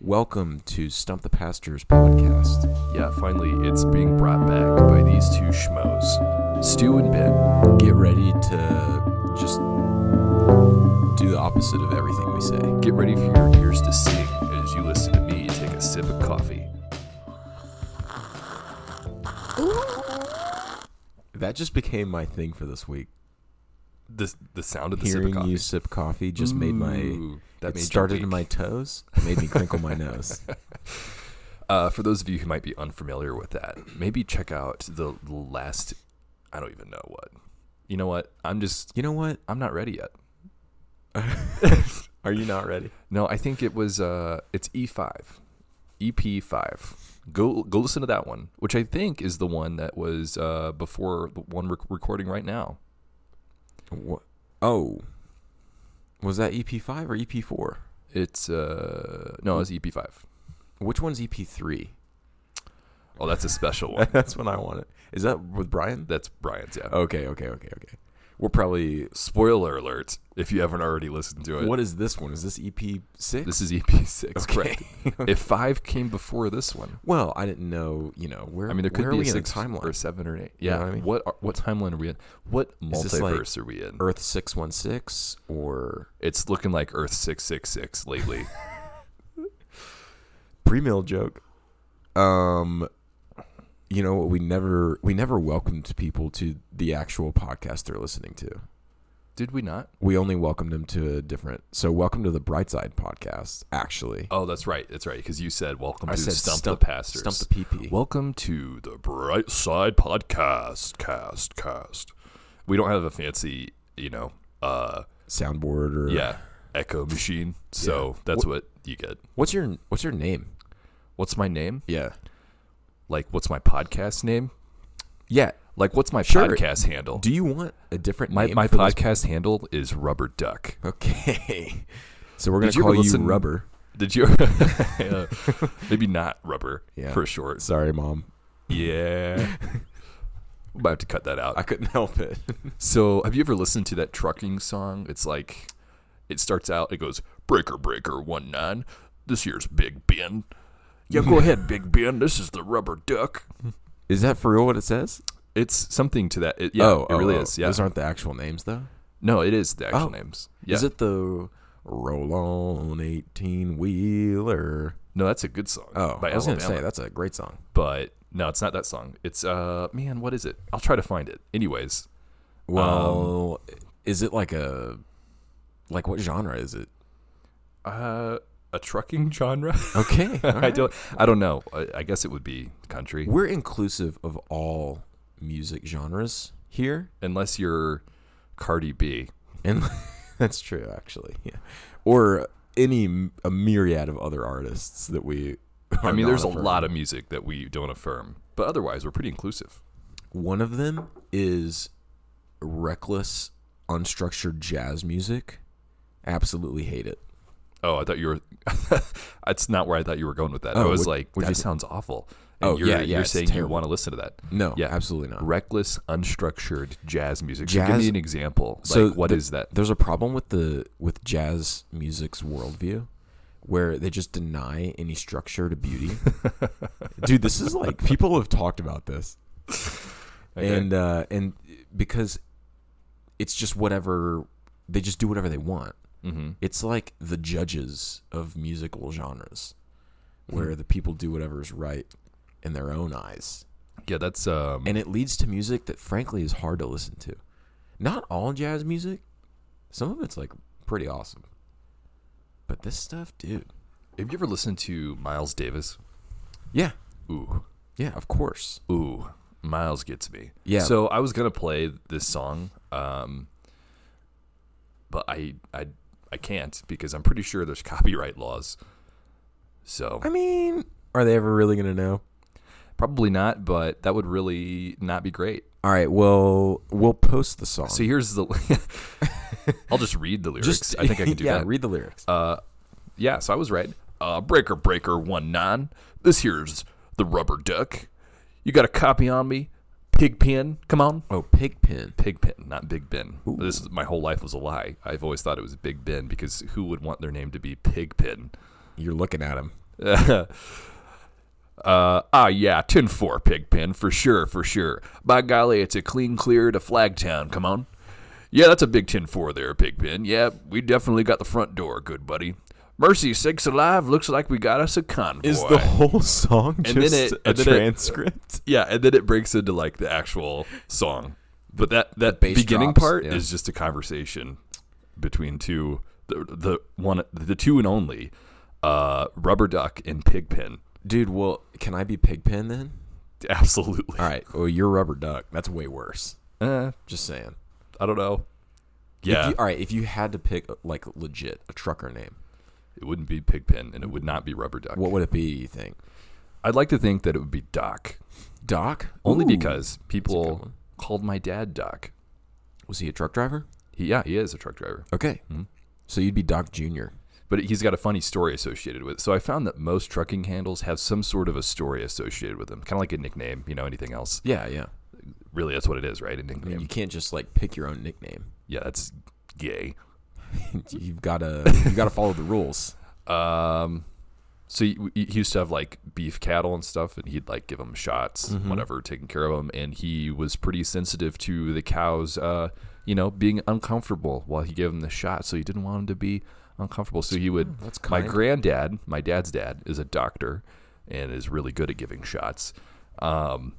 Welcome to Stump the Pastors podcast. Yeah, finally, it's being brought back by these two schmoes, Stu and Ben. Get ready to just do the opposite of everything we say. Get ready for your ears to sing as you listen to me take a sip of coffee. That just became my thing for this week. The, the sound of the Hearing sip of coffee. you sip coffee just made my Ooh, that it made started your in my week. toes, made me crinkle my nose. Uh, for those of you who might be unfamiliar with that, maybe check out the last. I don't even know what. You know what? I'm just. You know what? I'm not ready yet. Are you not ready? No, I think it was uh it's E5. EP5. Go go listen to that one, which I think is the one that was uh before the one we're recording right now. What? Oh, was that EP five or EP four? It's uh no, it's EP5. Which one's EP three? Oh, that's a special one. That's when I want it. Is that with Brian? That's Brian's, yeah. Okay, okay, okay, okay. We're probably. Oh, Spoiler alert if you haven't already listened to it. What is this one? Is this EP six? This is E EP6, Okay. correct. if 5 came before this one, well, I didn't know. You know where. I mean there could where be are a we in the 6 timeline. or a 7 or an 8. You Yeah. know what I mean? What are, what timeline are we in? What Is this like multiverse are we in? Earth six one six or It's looking like Earth 666 lately. pre mill joke. Um, you know what? We never we never welcomed people to the actual podcast they're listening to. Did we not? We only welcomed them to a different. So welcome to the Brightside podcast. Actually, Oh, that's right. That's right. Because you said welcome I to said Stump, stump- the Pastors. stump the PP. welcome to the Bright Side Podcast. Cast, cast. We don't have a fancy, you know, uh, soundboard or yeah, echo machine. So that's Wh- what you get. What's your What's your name? What's my name? Yeah. Like, what's my podcast name? Yeah. Like, what's my Sure. podcast handle? Do you want a different my name? my for this- podcast handle is Rubber Duck. Okay. So we're gonna Did you ever call you listen- Rubber. Did you? Yeah. Maybe not Rubber Yeah. for short. Sorry, mom. Yeah. we might have to cut that out. I couldn't help it. So, have you ever listened to that trucking song? It's like, it starts out, it goes, Breaker, Breaker, 1 9. This here's Big Ben. Yeah, go ahead, Big Ben. This is the rubber duck. Is that for real? What it says? It's something to that. It, yeah, oh, it oh, really oh. is. Yeah. Those aren't the actual names, though. no, it is the actual Oh. names. Yeah. Is it the Roll On Eighteen Wheeler? No, that's a good song. Oh, by I was gonna Alabama. say that's a great song. But no, it's not that song. It's, uh, man, what is it? I'll try to find it. Anyways, Well, Um, is it like a like what genre is it? uh, a Mm-hmm. trucking genre? Okay, all I right. don't, I don't know. I, I guess it would be country. We're inclusive of all music genres here, unless you're Cardi B. and that's true actually. Yeah, or any m- a myriad of other artists that we. I mean, there's a lot of music that we don't affirm, but otherwise, we're pretty inclusive. One of them is reckless, unstructured jazz music. Absolutely hate it. Oh, I thought you were. That's not where I thought you were going with that. I Oh, was what- like, what'd you that think? sounds awful. And Oh, you're, yeah, yeah, You're it's saying terrible. you want to listen to that. No, Yeah. absolutely not. Reckless, unstructured jazz music. So give Jazz- me an example. So like, what the- is that? There's a problem with the with jazz music's worldview, where they just deny any structure to beauty. Dude, this is like people have talked about this, Okay. and uh, and because it's just whatever they just do whatever they want. Mhm. It's like the judges of musical genres, Hmm. where the people do whatever is right in their own eyes yeah, that's um, and it leads to music that frankly is hard to listen to. Not all jazz music. Some of it's like pretty awesome. But this stuff, dude. Have you ever listened to Miles Davis? Yeah. Ooh, Yeah, of course. ooh, Miles gets me. Yeah. So I was gonna play this song, um, but I I I can't because I'm pretty sure there's copyright laws. So I mean, are they ever really going to know? probably not, but that would really not be great. All right, well, we'll post the song. So here's the. I'll just read the lyrics. Just I think I can do yeah, that. read the lyrics. uh, yeah. So I was right. Uh, breaker, breaker, one nine. This here's the rubber duck. You got a copy on me, pig pen. Come on. oh, Pigpen. Pig Pen, not Big Ben. This is, my whole life was a lie. I've always thought it was Big Ben because who would want their name to be Pig Pen? You're looking at him. uh, ah, yeah, tin four, Pigpen, for sure, for sure. By golly, it's a clean clear to Flagtown. Come on. Yeah, that's a big tin four there, Pigpen. Yeah, we definitely got the front door, good buddy. Mercy sakes alive, looks like we got us a convoy. Is the whole song just then it- a and then it- transcript? yeah, and then it breaks into like the actual song. But that that bass beginning drops, part yeah. is just a conversation between two the the one the two and only uh rubber duck and pigpen. Dude, well, can I be Pigpen then? Absolutely. All right. Well, you're Rubber Duck. That's way worse. Uh, Just saying. I don't know. If Yeah, you- all right. If you had to pick uh, like legit a trucker name, it wouldn't be pigpen and it would not be rubber duck. what would it be? You think I'd like to think that it would be Doc, Doc? only Ooh. because people one. called my dad Doc. was he a truck driver? He, yeah, he is a truck driver. Okay. Hmm? So you'd be Doc Junior. but he's got a funny story associated with it. So I found that most trucking handles have some sort of a story associated with them, kind of like a nickname, you know, anything else. Yeah, yeah. Really, that's what it is, right? I A mean, nickname. you can't just like pick your own nickname. Yeah, that's gay. you've gotta you gotta follow the rules. Um, so he, he used to have like beef cattle and stuff, and he'd like give them shots, whatever, taking care of them. And he was pretty sensitive to the cows, uh, you know, being uncomfortable while he gave them the shot. So he didn't want them to be uncomfortable. So he would. Oh, That's my kind. granddad, my dad's dad, is a doctor and is really good at giving shots. Um,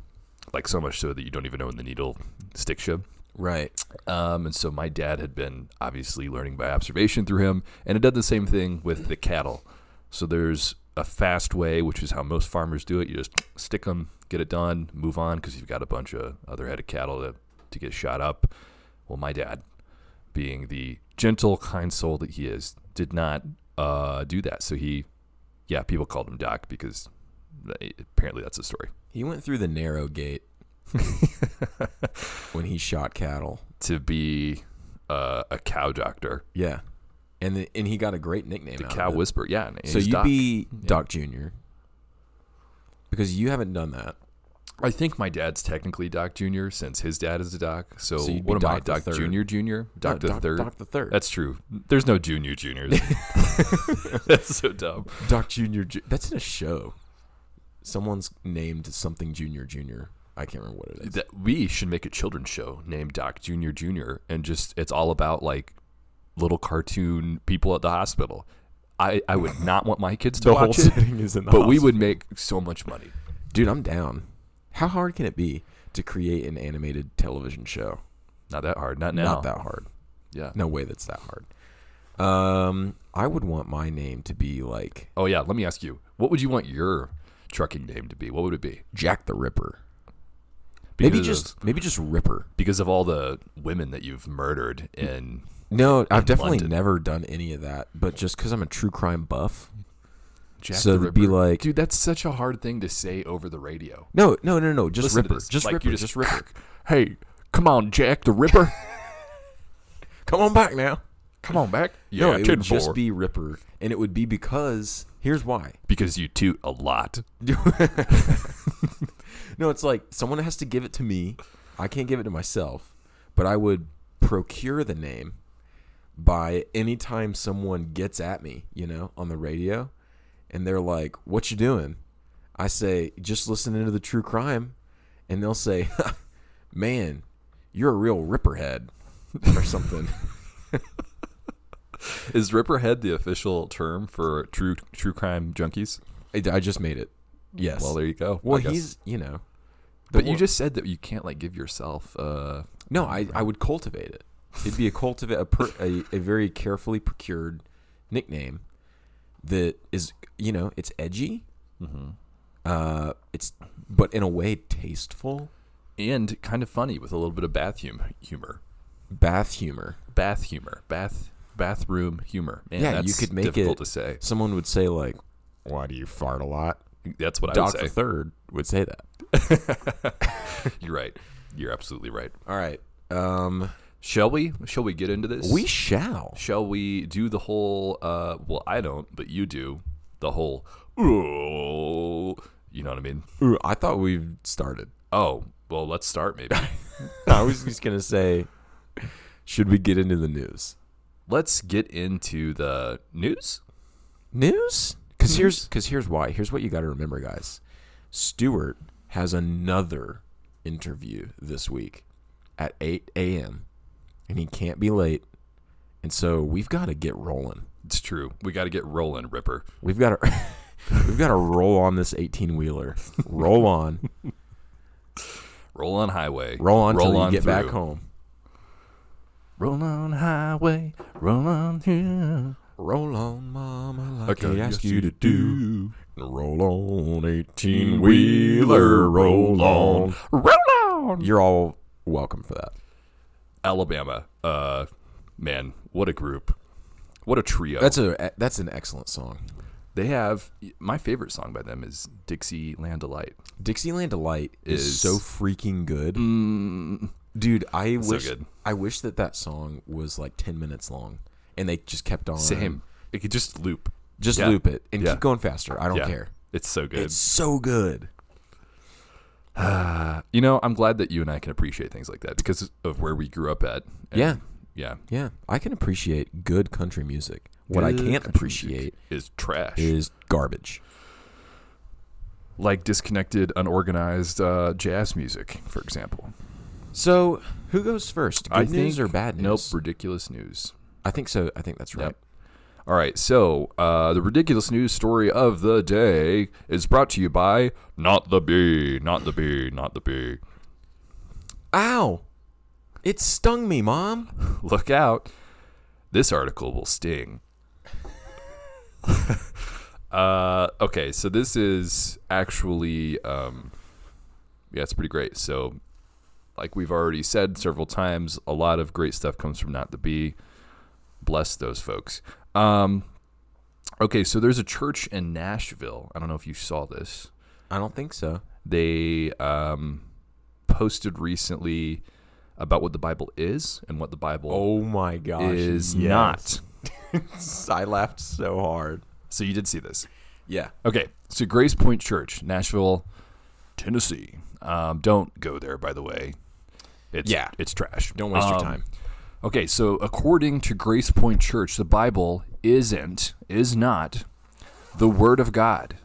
like so much so that you don't even know when the needle sticks you. right. Um, and so my dad had been obviously learning by observation through him, and it did the same thing with the cattle. So there's a fast way, which is how most farmers do it. You just stick them, get it done, move on, because you've got a bunch of other headed cattle to, to get shot up. Well, my dad, being the gentle, kind soul that he is, did not uh, do that. So he, yeah, people called him Doc because they- apparently that's the story. He went through the narrow gate when he shot cattle. To be uh, a cow doctor, Yeah, and the, and he got a great nickname. the out of cow it. whisperer. Yeah. and So he's you'd Doc. be Doc Junior because you haven't done that. I think my dad's technically Doc Jr. since his dad is a doc. So, So you'd be what am Doc the I, Doc third. Jr. Jr.? Doc No, the Third? Doc the Third. That's true. There's no Junior Juniors. That's so dumb. Doc Junior. Ju- That's in a show. Someone's named something Junior Junior. I can't remember what it is. That we should make a children's show named Doc Jr. Jr. and just it's all about like little cartoon people at the hospital. I, I would not want my kids to watch it, is in the. but we would make so much money. dude. I'm down. How hard can it be to create an animated television show? Not that hard. Not now. Not that hard. Yeah. No way. That's that hard. Um, I would want my name to be like Oh yeah. Let me ask you. What would you want your trucking name to be? What would it be? Jack the Ripper. Maybe Because- just maybe just Ripper. because of all the women that you've murdered and No, I've definitely London. never done any of that. But just because I'm a true crime buff, Jack so the it'd Ripper. be like dude, that's such a hard thing to say over the radio. no, no, no, no, just Listen to Ripper, this. just Like, you Ripper, just- just Ripper. Hey, come on, Jack the Ripper, Come on back now. come on back. no, it would just be Ripper, and it would be because here's why. because you toot a lot. No, it's like someone has to give it to me. I can't give it to myself, but I would procure the name by any time someone gets at me, you know, on the radio, and they're like, "What you doing?" I say, "Just listening to the true crime," and they'll say, "Man, you're a real ripperhead," or something. Is Ripperhead the official term for true true crime junkies? I I just made it. Yes. Well, there you go. Well, I guess. he's you know, the But you wor- just said that you can't like give yourself. uh No, I, I would cultivate it. It'd be a cultivate a, per, a a very carefully procured nickname that is you know it's edgy, Mm-hmm. uh, it's but in a way tasteful And kind of funny with a little bit of bath hum- humor, bath humor. bath humor, bath bathroom humor. Man, Yeah, you that's could make difficult it- to say. Someone would say like, "Why do you fart a lot?" That's what I would Doctor say. Third would say that. You're right. You're absolutely right. All right, um, Shall we? Shall we get into this? we shall. shall we do the whole? Uh, well, I don't, but you do the whole. Ooh, you know what I mean? Ooh, I thought we started. Oh, well, let's start maybe. I was just gonna say, should we get into the news? let's get into the news News? Because here's because here's why. Here's what you got to remember, guys. Stewart has another interview this week at 8 a.m. and he can't be late, and so we've got to get rolling. It's true. We got to get rolling, Ripper. We've got to we've got to roll on this 18 wheeler. Roll on, Roll on highway. roll on till you get back through. home. Roll on highway. Roll on here. Roll on, mama, Like like I I asked you to do. Roll on, 18 Wheeler, roll on. Roll on. You're all welcome for that. Alabama. Uh, man, what a group. What a trio. That's a that's an excellent song. they have my favorite song by them is Dixie Land Delight. Dixieland Delight is, Is- so freaking good, Mm, dude. I wish good. I wish that that song was like 10 minutes long, and they just kept on. same. It could just loop. Just Yeah. loop it and Yeah. keep going faster. I don't Yeah. care. It's so good. It's so good. you know, I'm glad that you and I can appreciate things like that because of where we grew up at. And Yeah. Yeah. Yeah, I can appreciate good country music. What I Good can't country music appreciate is trash. is garbage. like disconnected, unorganized uh, jazz music, for example. So, who goes first? Good I news think- or bad news? Nope, ridiculous news. I think so. I think that's right. Yep. All right, so uh, the ridiculous news story of the day is brought to you by Not the Bee, Not the Bee, Not the Bee. Ow! It stung me, mom. Look out. This article will sting. uh, okay, so this is actually, um, yeah, it's pretty great. So, like we've already said several times, a lot of great stuff comes from Not the Bee. Bless those folks. Um, okay, so there's a church in Nashville. I don't know if you saw this I don't think so. they um, posted recently about what the Bible is and what the Bible Oh my gosh! is yes. not. I laughed so hard. So you did see this. Yeah. Okay, so Grace Point Church, Nashville, Tennessee. Um, don't go there, by the way. It's, Yeah. it's trash. Don't waste your Um, time. Okay, so according to Grace Point Church, the Bible isn't, is not, the Word of God,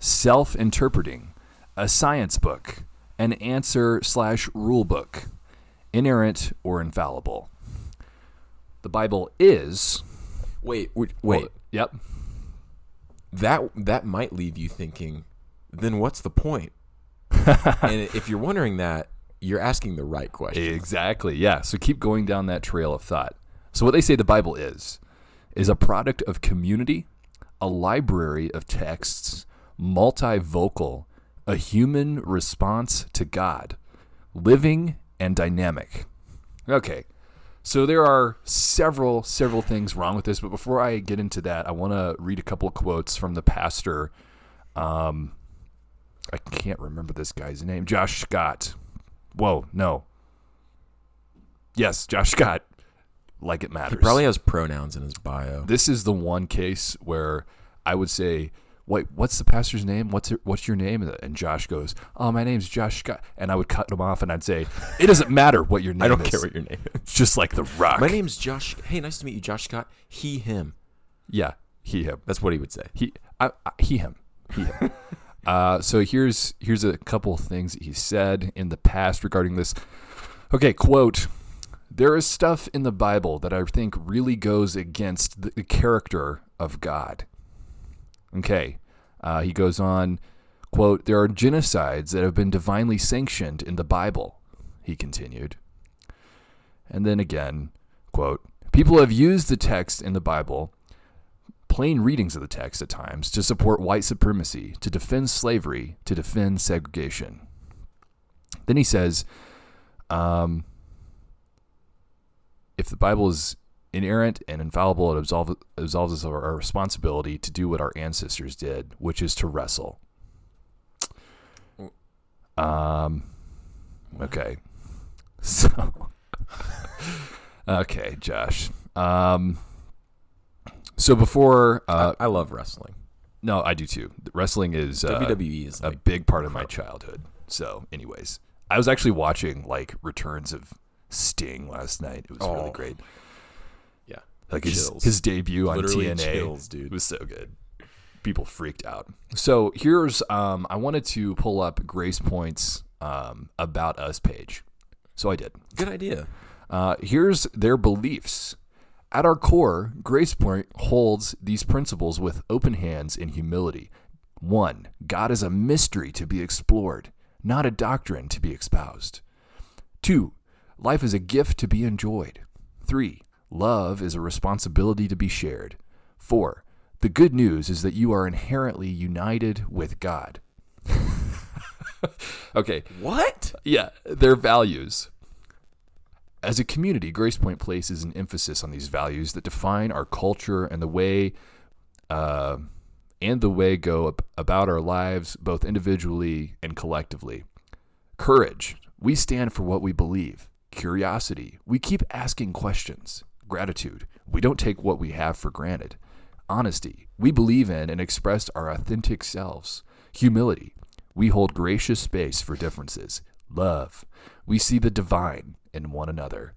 self interpreting, a science book, an answer slash rule book, inerrant or infallible. The Bible is. Wait, wait, wait. Yep. That that might leave you thinking. Then what's the point? and if you're wondering that, you're asking the right question. Exactly. Yeah. So keep going down that trail of thought. So what they say the Bible is is a product of community, a library of texts, multivocal, a human response to God, living and dynamic. Okay. So there are several several things wrong with this, but before I get into that, I want to read a couple of quotes from the pastor um I can't remember this guy's name. Josh Scott. Whoa, no. Yes, Josh Scott. Like it matters. He probably has pronouns in his bio. this is the one case where I would say, "Wait, what's the pastor's name? What's it, what's your name?" And- And Josh goes, "Oh, my name's Josh Scott." And I would cut him off and I'd say, "It doesn't matter what your name is. your name is. It's just like the rock." My name's Josh. Hey, nice to meet you, Josh Scott. He, him. yeah, he him. That's what he would say. He I, I, he him. He him. uh, so here's here's a couple of things that he said in the past regarding this. Okay, quote. There is stuff in the Bible that I think really goes against the, the character of God. Okay. Uh, he goes on, quote, There are genocides that have been divinely sanctioned in the Bible, he continued. And then again, quote, People have used the text in the Bible, plain readings of the text at times, to support white supremacy, to defend slavery, to defend segregation. Then he says, um, if the Bible is inerrant and infallible, it absolves, absolves us of our responsibility to do what our ancestors did, which is to wrestle. Um, okay. So, okay, Josh. Um, so before, uh, I, I love wrestling. no, I do too. Wrestling is uh, WWE E is a like, big part of my childhood. So, anyways, I was actually watching like returns of Sting last night. It was really Oh. great. yeah. Like his, Chills. his debut on Literally TNA chills, dude. was so good. people freaked out. So here's um, I wanted to pull up Grace Point's um, about us page, so I did. Good idea. Uh, here's their beliefs. At our core, Grace Point holds these principles with open hands and humility. One, God is a mystery to be explored, not a doctrine to be espoused. Two, life is a gift to be enjoyed. Three, love is a responsibility to be shared. Four, the good news is that you are inherently united with God. okay, What? yeah, their values. As a community, Grace Point places an emphasis on these values that define our culture and the way, uh, and the way go ab- about our lives, both individually and collectively. Courage. We stand for what we believe. Curiosity. We keep asking questions. Gratitude. We don't take what we have for granted. Honesty. We believe in and express our authentic selves. Humility. We hold gracious space for differences. Love. We see the divine in one another.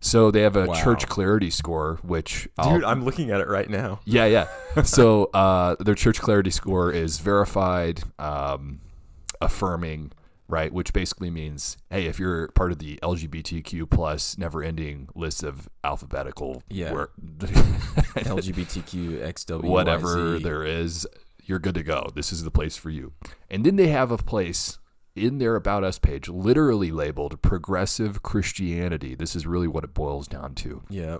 So they have a Wow. church clarity score, which I'll- Dude, I'm looking at it right now. yeah, yeah. So uh, their church clarity score is verified, um, affirming, right? Which basically means, hey, if you're part of the LGBTQ plus never-ending list of alphabetical, Yeah. wor- LGBTQ XW whatever there is, you're good to go. This is the place for you. And then they have a place in their About Us page, literally labeled Progressive Christianity. This is really what it boils down to. Yeah.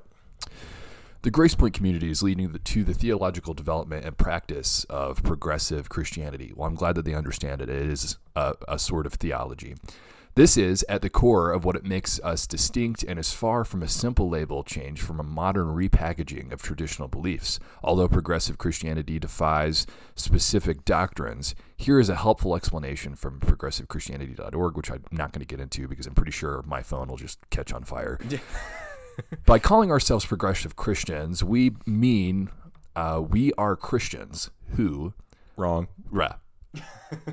The Grace Point community is leading the, to the theological development and practice of progressive Christianity. Well, I'm glad that they understand it. It is a, a sort of theology. This is at the core of what it makes us distinct and is far from a simple label change from a modern repackaging of traditional beliefs. Although progressive Christianity defies specific doctrines, here is a helpful explanation from progressivechristianity.org, which I'm not going to get into because I'm pretty sure my phone will just catch on fire. By calling ourselves progressive Christians, we mean uh, we are Christians who. Wrong. Rah.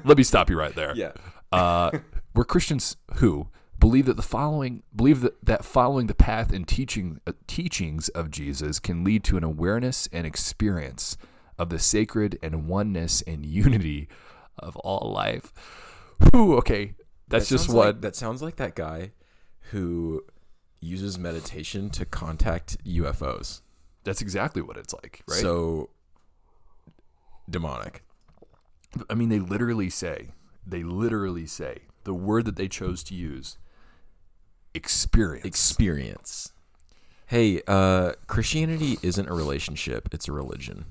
Let me stop you right there. Yeah. Uh, we're Christians who believe that the following believe that, that following the path and teaching uh, teachings of Jesus can lead to an awareness and experience of the sacred and oneness and unity of all life. Whew, okay, that's That just sounds what like- that sounds like that guy who uses meditation to contact UFOs. that's exactly what it's like, right? So demonic. I mean, they literally say, they literally say the word that they chose to use experience. Experience. Hey, uh Christianity isn't a relationship, it's a religion.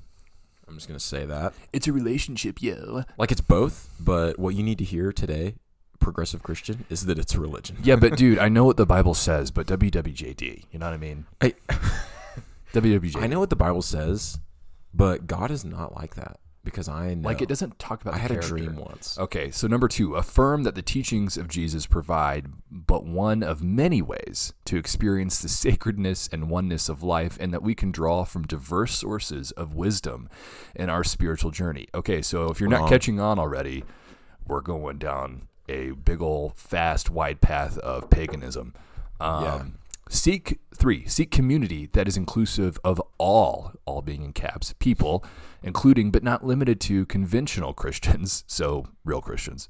I'm just going to say that. it's a relationship, yo. Like it's both, but what you need to hear today, progressive Christian, is that it's a religion. Yeah, but dude, I know what the Bible says, but WWJD, you know what I mean? I WWJD. I know what the Bible says, but God is not like that because I know Like, it doesn't talk about I the had character. a dream once. Okay, so number two, affirm that the teachings of Jesus provide but one of many ways to experience the sacredness and oneness of life, and that we can draw from diverse sources of wisdom in our spiritual journey. Okay, so if you're not Wrong. catching on already, we're going down a big ol' fast, wide path of paganism. Um, Yeah. Seek three. Seek community that is inclusive of all, all being in caps, people, including but not limited to conventional Christians, so real Christians,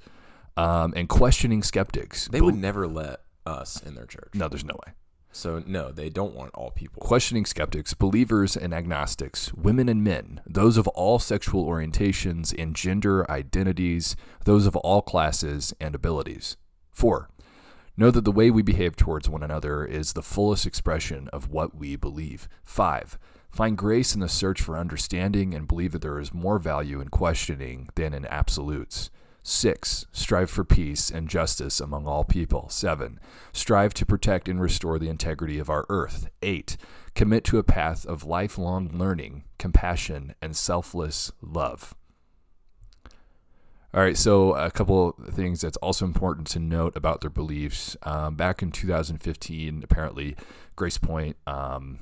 um, and questioning skeptics. They would never let us in their church. no, there's no way. So no, they don't want all people. questioning skeptics, believers and agnostics, women and men, those of all sexual orientations and gender identities, those of all classes and abilities. 4. Know that the way we behave towards one another is the fullest expression of what we believe. 5. Find grace in the search for understanding and believe that there is more value in questioning than in absolutes. 6. Strive for peace and justice among all people. 7. Strive to protect and restore the integrity of our earth. 8. Commit to a path of lifelong learning, compassion, and selfless love. All right, so a couple of things that's also important to note about their beliefs. Um, back in 2015, apparently, Grace Point um,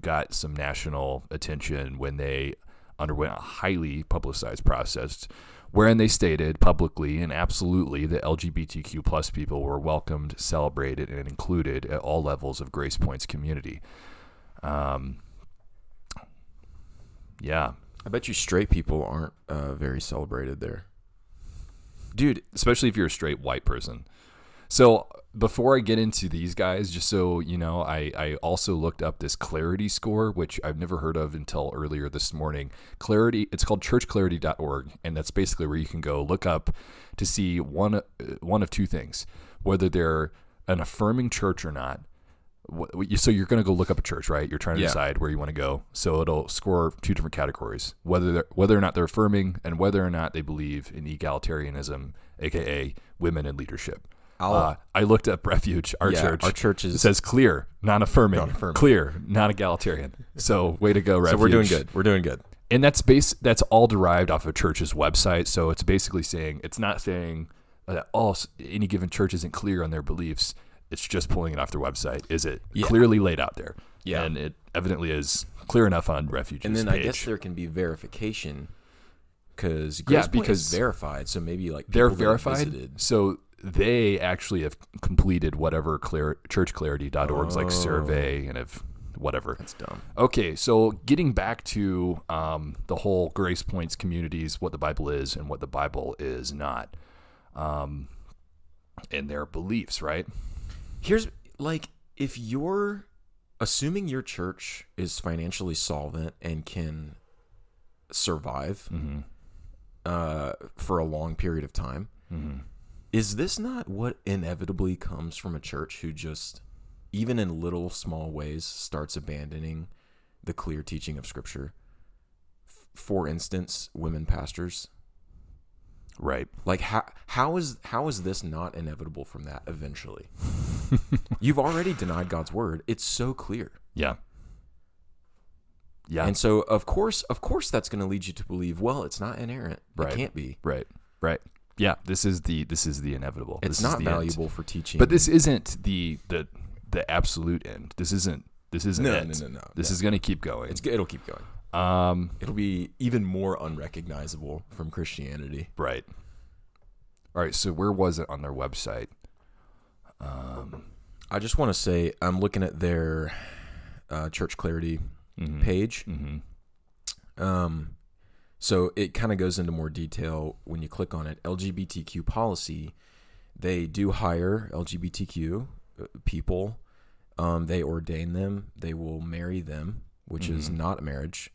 got some national attention when they underwent a highly publicized process wherein they stated publicly and absolutely that LGBTQ plus people were welcomed, celebrated, and included at all levels of Grace Point's community. Um, yeah, I bet you straight people aren't uh, very celebrated there. Dude, especially if you're a straight white person. So before I get into these guys, just so you know, I, I also looked up this clarity score, which I've never heard of until earlier this morning. Clarity, it's called churchclarity.org, and that's basically where you can go look up to see one uh, one of two things, whether they're an affirming church or not. Wh- wh- you- So you're going to go look up a church, right? You're trying to Yeah. decide where you want to go. So it'll score two different categories: whether they're, whether or not they're affirming, and whether or not they believe in egalitarianism, aka women in leadership. I'll- Uh, I looked up Refuge, our Yeah, church. our church is- it says clear, non-affirming, Non-affirming. clear, non-egalitarian. So way to go, Refuge. so we're doing good. We're doing good. And that's base. That's all derived off of church's website. So it's basically saying it's not saying that all s- any given church isn't clear on their beliefs. It's just pulling it off their website. Is it Yeah. clearly laid out there? Yeah. and it evidently is clear enough on Refuge's And then page. I guess there can be verification because Yeah, Grace Point is because- verified. So maybe like they're people that have verified. visited- So they actually have completed whatever clear, churchclarity.org's like survey and have whatever. That's dumb. Okay, so getting back to um, the whole Grace Points communities, what the Bible is and what the Bible is not, um, and their beliefs, right? Here's like if you're assuming your church is financially solvent and can survive uh, for a long period of time, is this not what inevitably comes from a church who just, even in little small ways, starts abandoning the clear teaching of Scripture? F- For instance, women pastors. Right. Like how how is how is this not inevitable from that eventually? You've already denied God's word. It's so clear. Yeah. Yeah. And so of course, of course that's going to lead you to believe, well, it's not inerrant. Right. It can't be. right. Right. Yeah. This is the this is the inevitable. It's This is not the end. valuable for teaching. But this isn't the the the absolute end. This isn't this isn't No, it. no, no, no. This is gonna keep going. it's, it'll keep going. um It'll be even more unrecognizable from Christianity. right. All right, so where was it on their website? I just want to say I'm looking at their uh, church clarity page. Um, so it kind of goes into more detail when you click on it. LGBTQ policy, they do hire LGBTQ uh, people. Um, they ordain them. They will marry them, which is not a marriage.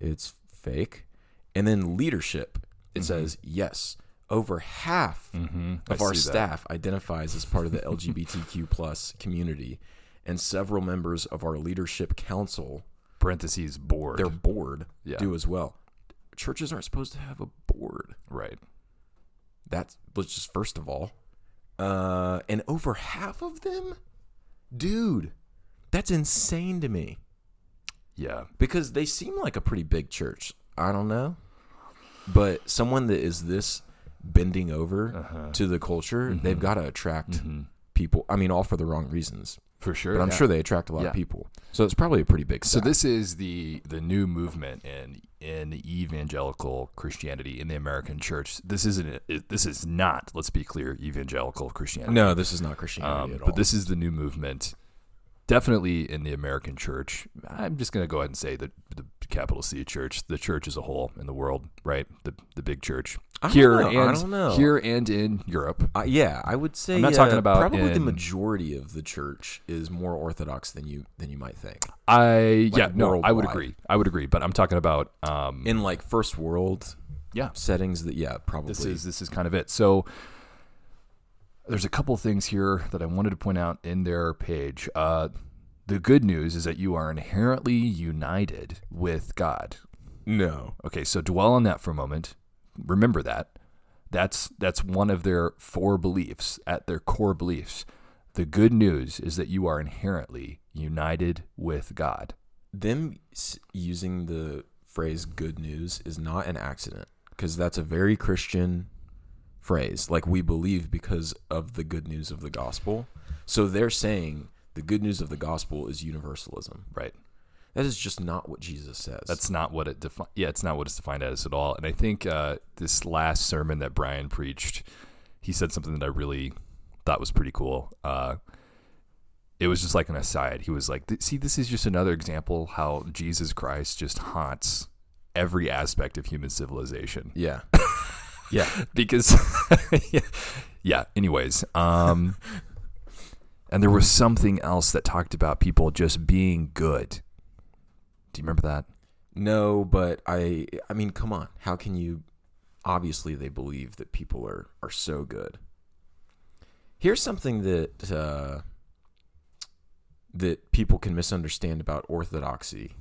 It's fake. And then leadership. It says yes. Over half Mm-hmm. of I our see that. staff identifies as part of the LGBTQ plus community, and several members of our leadership council, Parentheses board. their board, Yeah. do as well. Churches aren't supposed to have a board. right. That's let's just first of all, uh, and over half of them, dude, that's insane to me Yeah. because they seem like a pretty big church. I don't know, but someone that is this bending over Uh-huh. to the culture, Mm-hmm. they've got to attract people. I mean, all for the wrong reasons, For sure. but I'm Mm-hmm. yeah. sure they attract a lot Yeah. of people. So it's probably a pretty big. So staff. this is the the new movement in in evangelical Christianity in the American church. This isn't it- this is not, let's be clear, evangelical Christianity. no, this is not Um, Christianity at all. but this is the new movement, definitely in the American church. I'm just going to go ahead and say that the capital C church, the church as a whole in the world, right? The the big church I don't here know, I and don't know. here and in Europe. Uh, yeah, I would say I'm not talking uh, about probably the in- majority of the church is more orthodox than you than you might think. I yeah no, I worldwide. would agree. I would agree, but I'm talking about um In like first world yeah. settings, that yeah, probably This is this is kind of it. So there's a couple things here that I wanted to point out in their page. Uh, the good news is that you are inherently united with God. no. Okay, so dwell on that for a moment. Remember that. That's that's one of their four beliefs, at their core beliefs. The good news is that you are inherently united with God. them s- using the phrase good news is not an accident because that's a very Christian phrase. Like, we believe because of the good news of the gospel. So they're saying the good news of the gospel is universalism. Right. That is just not what Jesus says. That's not what it defi- Yeah, it's not what it's defined as at all. And I think uh, this last sermon that Brian preached, he said something that I really thought was pretty cool. Uh, it was just like an aside. He was like, "Th- "See, this is just another example how Jesus Christ just haunts every aspect of human civilization Yeah. yeah. because yeah, anyways um and there was something else that talked about people just being good do you remember that No, but I I mean, come on. How can you obviously they believe that people are are so good. Here's something that uh that people can misunderstand about orthodoxy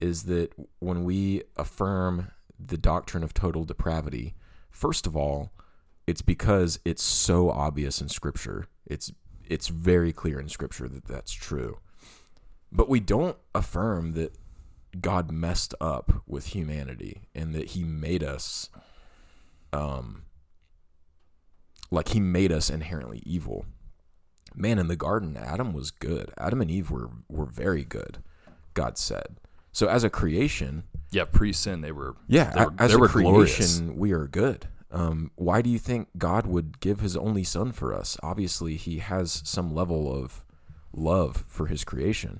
is that when we affirm the doctrine of total depravity, first of all, it's because it's so obvious in scripture. It's it's very clear in scripture that that's true. But we don't affirm that God messed up with humanity and that he made us um like he made us inherently evil. Man in the garden Adam was good. Adam and Eve were were very good, God said. So as a creation, yeah pre-sin they were yeah, they were, a- as they a were creation, glorious we are good. Um, why do you think God would give His only Son for us? Obviously, He has some level of love for His creation,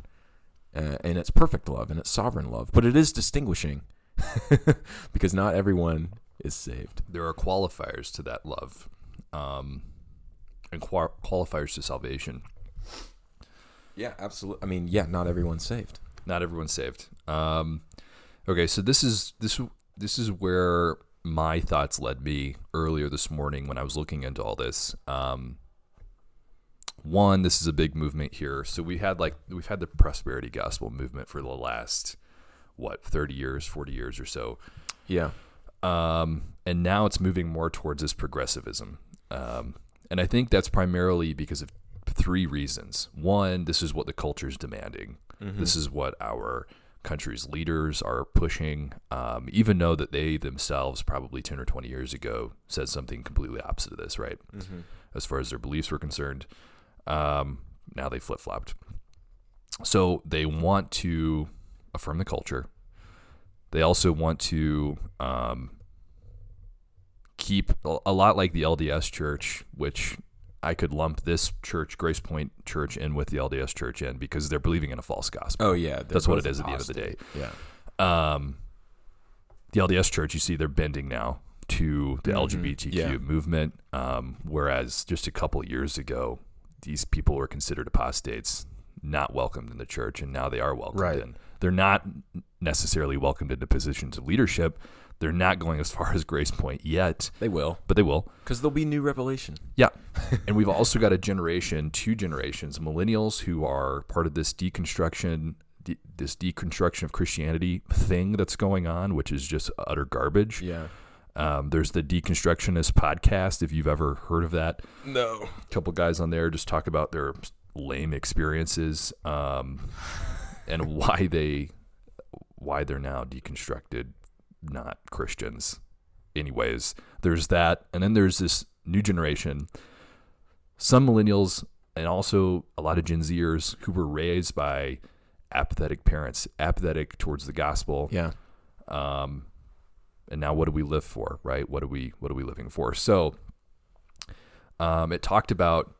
uh, and it's perfect love and it's sovereign love, but it is distinguishing because not everyone is saved. there are qualifiers to that love um, and qual- qualifiers to salvation. Yeah, absolutely. I mean, yeah, not everyone's saved. Not everyone's saved. Um, okay, so this is this this is where my thoughts led me earlier this morning when I was looking into all this. Um, one, this is a big movement here. So we had like we've had the prosperity gospel movement for the last what thirty years, forty years or so. Yeah, um, and now it's moving more towards this progressivism. Um, and I think that's primarily because of three reasons. One, this is what the culture is demanding. This is what our country's leaders are pushing, um, even though that they themselves probably 10 or 20 years ago said something completely opposite of this, right? As far as their beliefs were concerned. Um, now they flip flopped. So they want to affirm the culture. They also want to um, keep a a lot like the LDS church, which I could lump this church, Grace Point Church, in with the LDS church in because they're believing in a false gospel. oh yeah, they're That's what it both is at the end of the day. apostate. Yeah, Um, the LDS church, you see, they're bending now to the Mm-hmm. LGBTQ Yeah. movement, um, whereas just a couple years ago, these people were considered apostates, not welcomed in the church, and now they are welcomed Right. in. They're not necessarily welcomed into positions of leadership. They're not going as far as Grace Point yet, they will but they will. because there'll be new revelation. Yeah. and we've also got a generation, two generations, millennials who are part of this deconstruction, de- this deconstruction of Christianity thing that's going on, which is just utter garbage. Yeah, Um, there's the Deconstructionist podcast, if you've ever heard of that. no, A couple guys on there just talk about their lame experiences um, and why they why they're now deconstructed, not Christians. Anyways, there's that, and then there's this new generation, some millennials, and also a lot of Gen Zers who were raised by apathetic parents, apathetic towards the gospel. yeah, Um, and now what do we live for, right? What do we what are we living for? So, um, it talked about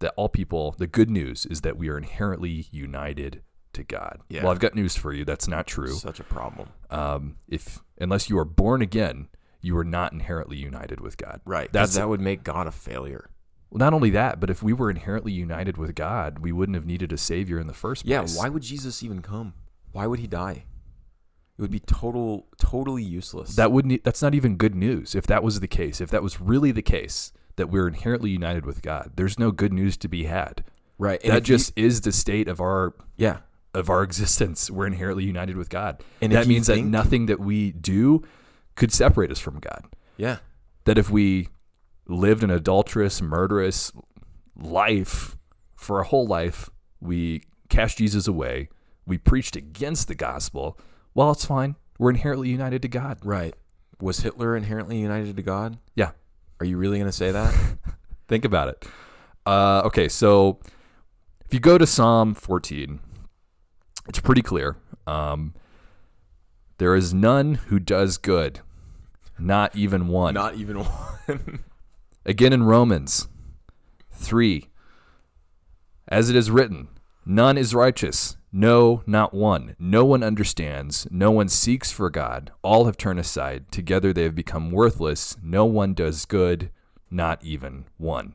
that all people. The good news is that we are inherently united to God. Yeah. Well, I've got news for you. That's not true. such a problem. Um, if unless you are born again, you are not inherently united with God. Right, That's that's that would make God a failure. well, not only that, but if we were inherently united with God, we wouldn't have needed a savior in the first Yeah, place. why would Jesus even come? Why would he die? It would be total, totally useless. That wouldn't. e, That's not even good news. If that was the case, if that was really the case, that we're inherently united with God, there's no good news to be had. right? and that if you- just is the state of our yeah, of our existence. We're inherently united with God, And if that you means think- that nothing that we do could separate us from God. yeah, That if we lived an adulterous, murderous life for a whole life, we cast Jesus away. We preached against the gospel. Well, it's fine. We're inherently united to God. right. Was Hitler inherently united to God? Yeah. Are you really going to say that? Think about it. Uh, okay, so if you go to Psalm 14, it's pretty clear. Um, there is none who does good, not even one. Not even one. Again in Romans 3, as it is written, none is righteous, No, not one. No one understands. No one seeks for God. All have turned aside. Together they have become worthless. No one does good, not even one.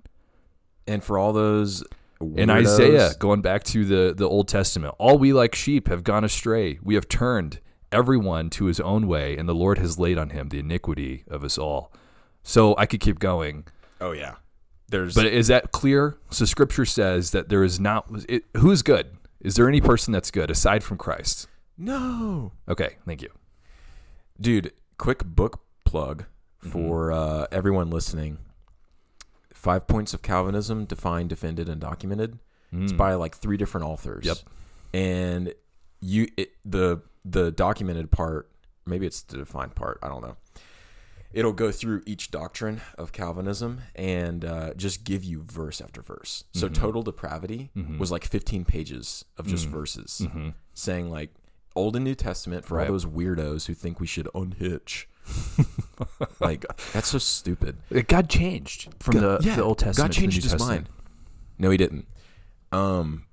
And for all those In weirdos- Isaiah, going back to the, the Old Testament, all we like sheep have gone astray. We have turned everyone to his own way, and the Lord has laid on him the iniquity of us all. So I could keep going. Oh yeah. There's But is that clear? So Scripture says that there is not. It, who's good? Is there any person that's good aside from Christ? no. Okay, thank you. Dude, quick book plug for uh, everyone listening. Five Points of Calvinism Defined, Defended, and Documented. It's by like three different authors. Yep. And you it, the the documented part, maybe it's the defined part, I don't know. It'll go through each doctrine of Calvinism and uh, just give you verse after verse. So Mm-hmm. total depravity was like 15 pages of just verses saying like Old and New Testament for Mm-hmm. Right. all those weirdos who think we should unhitch. like that's so stupid. Uh, God changed from the, the Old Testament. God to the changed New his Testament. mind. No, he didn't. Um,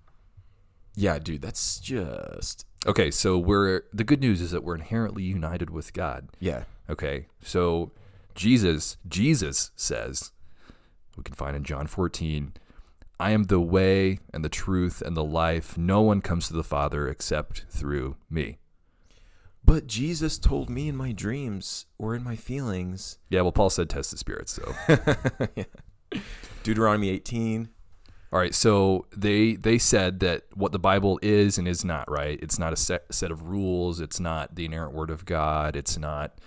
yeah, dude, that's just Okay, so we're the good news is that we're inherently united with God. yeah. Okay, so Jesus, Jesus says, we can find in John 14, I am the way and the truth and the life. No one comes to the Father except through me. But Jesus told me in my dreams or in my feelings, Yeah, well, Paul said test the spirits, so. Deuteronomy 18. All right, so they they said that what the Bible is and is not right. It's not a set, set of rules. It's not the inerrant Word of God. It's not.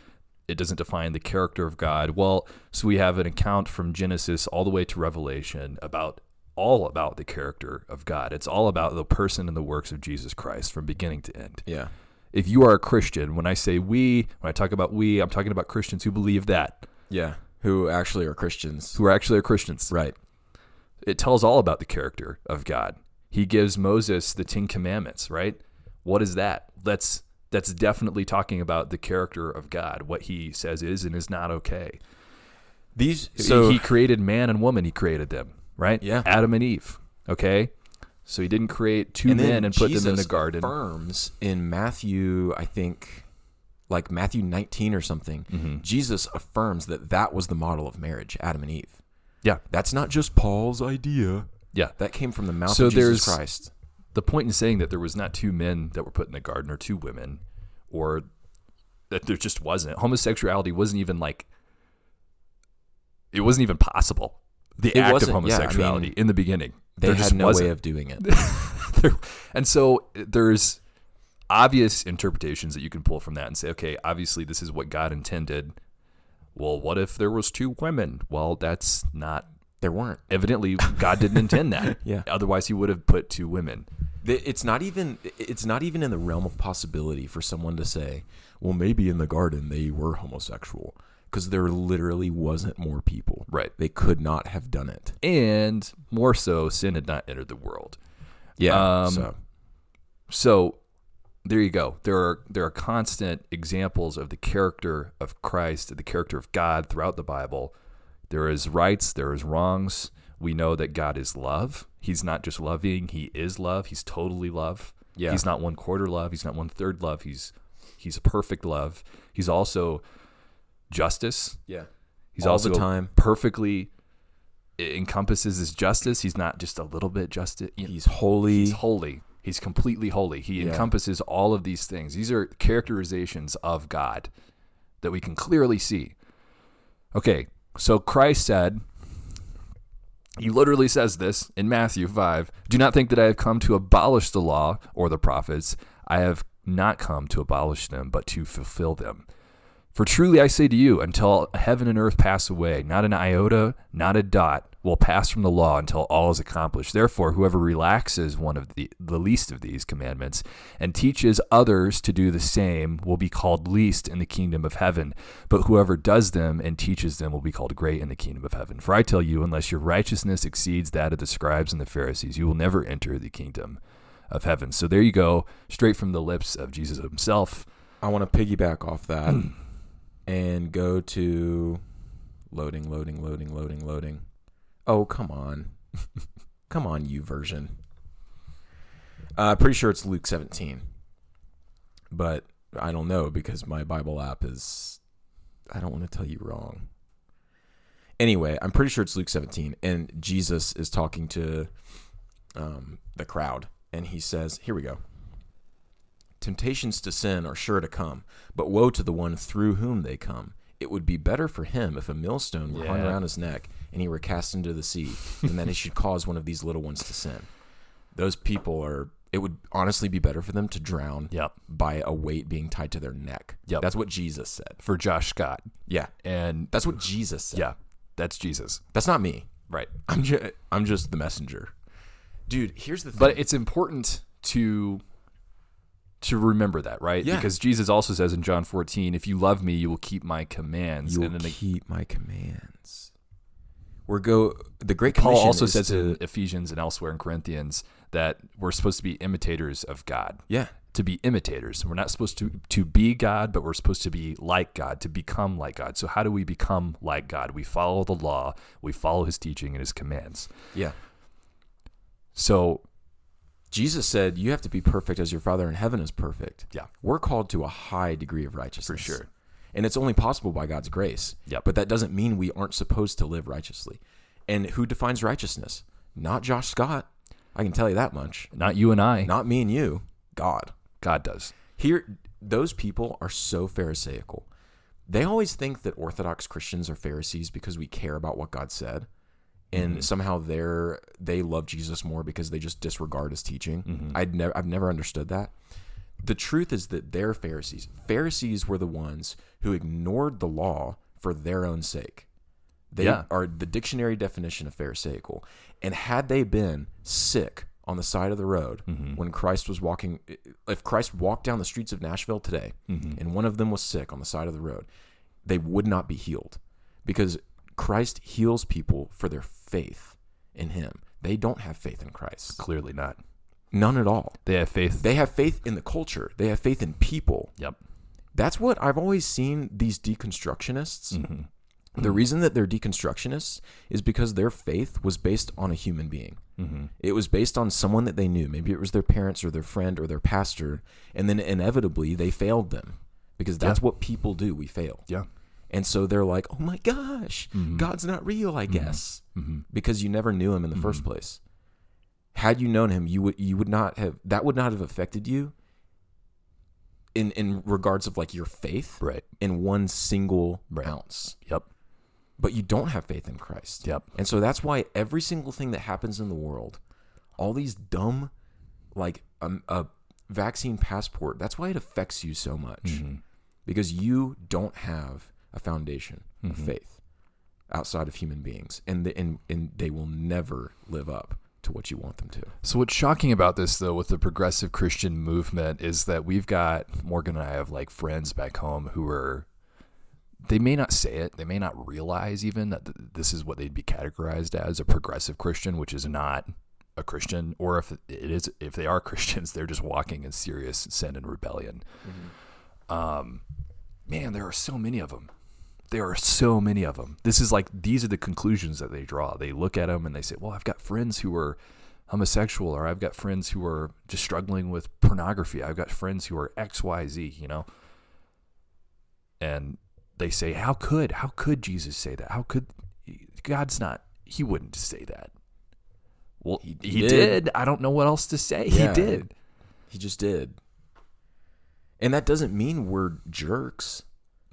It doesn't define the character of God. Well, so we have an account from Genesis all the way to Revelation about all about the character of God. It's all about the person and the works of Jesus Christ from beginning to end Yeah, if you are a Christian, when I say we, when I talk about we, I'm talking about Christians who believe that, yeah. Who actually are Christians? who are actually Christians. Right. It tells all about the character of God. He gives Moses the Ten Commandments, right? What is that? That's that's definitely talking about the character of God, what he says is and is not okay. These So so he created man and woman, he created them, right? Yeah. Adam and Eve. Okay? So he didn't create two men and put them in the Jesus garden. Affirms in Matthew, I think, like Matthew 19 or something. Mm-hmm. Jesus affirms that that was the model of marriage, Adam and Eve. Yeah. That's not just Paul's idea. Yeah. That came from the mouth So of Jesus there's- Christ. the point in saying that there was not two men that were put in the garden or two women or that there just wasn't homosexuality wasn't even like it wasn't even possible the It act of wasn't, yeah, I homosexuality mean, in the beginning They there had just no wasn't way of doing it. There- and so there's obvious interpretations that you can pull from that and say okay obviously this is what god intended well what if there was two women well that's not There weren't. evidently god didn't intend that Yeah. otherwise he would have put two women Th- It's not even. It's not even in the realm of possibility for someone to say, "Well, maybe in the garden they were homosexual," because there literally wasn't more people. Right. They could not have done it. and more so, sin had not entered the world. Yeah. Um, so So there you go. There are there are constant examples of the character of Christ, the character of God throughout the Bible. There is rights, there is wrongs. We know that God is love. He's not just loving; He is love. He's totally love. Yeah. He's not one quarter love. He's not one third love. He's he's perfect love. He's also justice. yeah. He's All the also time. perfectly it encompasses his justice. He's not just a little bit justice. He's holy. He's holy. He's completely holy. He Yeah. encompasses all of these things. These are characterizations of God that we can clearly see. Okay, so Christ said, He literally says this in Matthew 5 Do not think that I have come to abolish the law or the prophets. I have not come to abolish them, but to fulfill them. For truly I say to you, until heaven and earth pass away, not an iota, not a dot will pass from the law until all is accomplished. Therefore, whoever relaxes one of the, the least of these commandments and teaches others to do the same will be called least in the kingdom of heaven. But whoever does them and teaches them will be called great in the kingdom of heaven. For I tell you, unless your righteousness exceeds that of the scribes and the Pharisees, you will never enter the kingdom of heaven. So there you go, straight from the lips of Jesus himself. I want to piggyback off that and go to loading, loading, loading, loading, loading. Oh, come on. come on, you version. Uh, pretty sure it's Luke 17, but I don't know because my Bible app is. I don't want to tell you wrong. Anyway, I'm pretty sure it's Luke 17, and Jesus is talking to um, the crowd, and he says, "Here we go." Temptations to sin are sure to come, but woe to the one through whom they come. It would be better for him if a millstone were hung Yeah. around his neck and he were cast into the sea, than that it should cause one of these little ones to sin. Those people are. It would honestly be better for them to drown Yep. by a weight being tied to their neck. Yep. That's what Jesus said. For Josh Scott. Yeah. And That's what Jesus said. yeah, that's Jesus. That's not me. Right. I'm just I'm just the messenger. Dude, here's the thing. But it's important to to remember that, right? Yeah. Because Jesus also says in John 14, "If you love me, you will keep my commands." you and will then the, keep my commands. Or go the great Paul Commission also is says to- in Ephesians and elsewhere in Corinthians that we're supposed to be imitators of God. yeah. to be imitators. We're not supposed to to be God, but we're supposed to be like God, to become like God. So how do we become like God? We follow the law, we follow his teaching and his commands. Yeah. So Jesus said you have to be perfect as your father in heaven is perfect. Yeah. We're called to a high degree of righteousness. For sure. And it's only possible by God's grace. Yep. But that doesn't mean we aren't supposed to live righteously. And who defines righteousness? Not Josh Scott. I can tell you that much. not you and I, Not me and you. God. God does. Here, those people are so Pharisaical. They always think that Orthodox Christians are Pharisees because we care about what God said, and somehow they're they love Jesus more because they just disregard his teaching. I'd never I've never understood that. The truth is that they're Pharisees. Pharisees were the ones who ignored the law for their own sake. They Yeah. are the dictionary definition of Pharisaical. And had they been sick on the side of the road when Christ was walking, if Christ walked down the streets of Nashville today and one of them was sick on the side of the road, they would not be healed because Christ heals people for their faith in him. They don't have faith in Christ, Clearly not. none at all. They have faith. They have faith in the culture, they have faith in people yep. that's what I've always seen these deconstructionists. The reason that they're deconstructionists is because their faith was based on a human being. It was based on someone that they knew. Maybe it was their parents or their friend or their pastor. And then inevitably they failed them because that's what people do. We fail. Yeah. And so they're like, oh my gosh, Mm-hmm. God's not real, I guess, because you never knew him in the first Mm-hmm. place. Had you known him, you would you would not have that would not have affected you in in regards of like your faith Right. in one single Right. ounce. Yep. But you don't have faith in Christ. Yep. And so that's why every single thing that happens in the world, all these dumb, like um, a vaccine passport, that's why it affects you so much Mm-hmm. because you don't have a foundation of faith outside of human beings, and the, and and they will never live up to what you want them to. So what's shocking about this though with the progressive Christian movement is that we've got Morgan and I have like friends back home who are they may not say it, they may not realize even that th- this is what they'd be categorized as a progressive Christian, which is not a Christian or if it is if they are Christians, they're just walking in serious sin and rebellion. Um man, there are so many of them. There are so many of them. This is like these are the conclusions that they draw. They look at them and they say, "Well, I've got friends who are homosexual, or I've got friends who are just struggling with pornography. I've got friends who are X, Y, Z." You know, and they say, "How could? How could Jesus say that? How could God's not? He wouldn't say that." Well, he, He did. did. I don't know what else to say. Yeah. He did. He just did. And that doesn't mean we're jerks.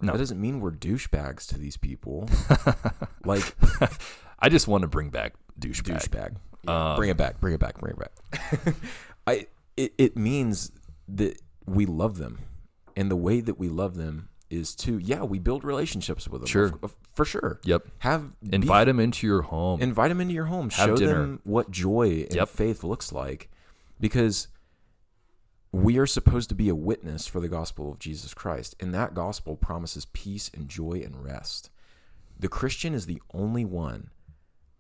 No. That doesn't mean we're douchebags to these people. like I just want to bring back douchebag. douchebag. Yeah, bring it back. Bring it back. Bring it back. I it, it means that we love them, and the way that we love them is to yeah we build relationships with them Sure. of- of- for sure Yep. have Invite him into your home. invite them into your home Have show dinner. them what joy and Yep. faith looks like because we are supposed to be a witness for the gospel of Jesus Christ and that gospel promises peace and joy and rest the christian is the only one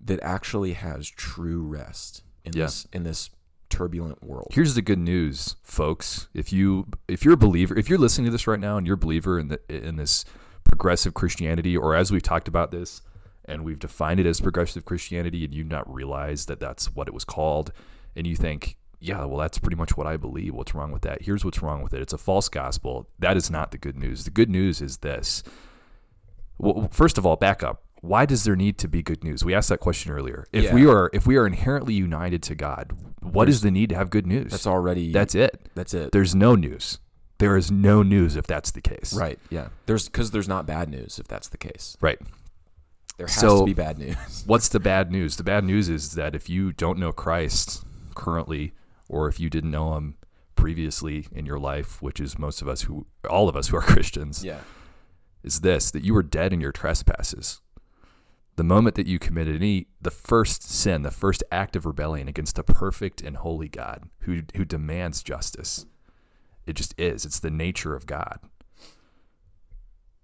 that actually has true rest in Yeah. this in this turbulent world Here's the good news, folks. If you if you're a believer, if you're listening to this right now and you're a believer in the in this progressive Christianity, or as we've talked about this and we've defined it as progressive Christianity, and you not realize that that's what it was called, and you think yeah, well, that's pretty much what I believe. What's wrong with that? Here's what's wrong with it. It's a false gospel. That is not the good news. The good news is this. Well, first of all, back up. Why does there need to be good news? We asked that question earlier. If Yeah. we are if we are inherently united to God, what is the need to have good news? That's already That's it. that's it. There's no news. There is no news if that's the case. Right. Yeah. There's because there's not bad news if that's the case. Right. There has So- to be bad news. What's the bad news? The bad news is that if you don't know Christ currently, or if you didn't know him previously in your life, which is most of us who, all of us who are Christians, yeah. is this that you were dead in your trespasses. The moment that you committed any, the first sin, the first act of rebellion against the perfect and holy God who, who demands justice, it just is. It's the nature of God.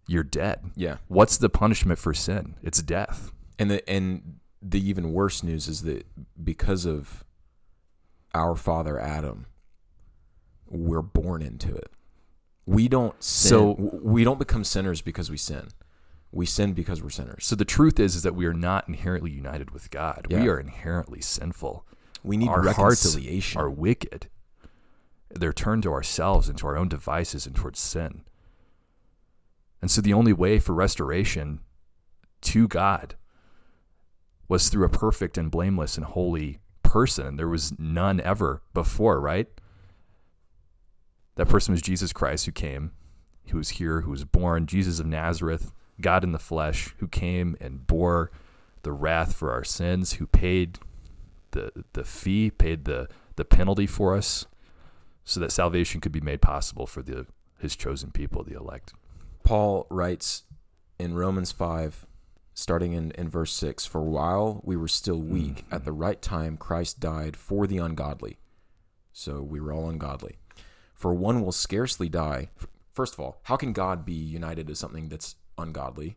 You're dead. Yeah. What's the punishment for sin? It's death. And the and the even worse news is that because of our father Adam, we're born into it. We don't sin. So- w- we don't become sinners because we sin. We sin because we're sinners. So the truth is, is that we are not inherently united with God. We Yeah. are inherently sinful. We need our reconciliation. hearts are wicked. They're turned to ourselves and to our own devices and towards sin. And so the only way for restoration to God was through a perfect and blameless and holy person. And there was none ever before, right? That person was Jesus Christ who came, who was here, who was born, Jesus of Nazareth, God in the flesh, who came and bore the wrath for our sins, who paid the the fee, paid the the penalty for us, so that salvation could be made possible for the his chosen people, the elect. Paul writes in Romans 5, starting in, in verse 6 For while we were still weak, at the right time Christ died for the ungodly. So we were all ungodly. For one will scarcely die. F- First of all, how can God be united to something that's ungodly?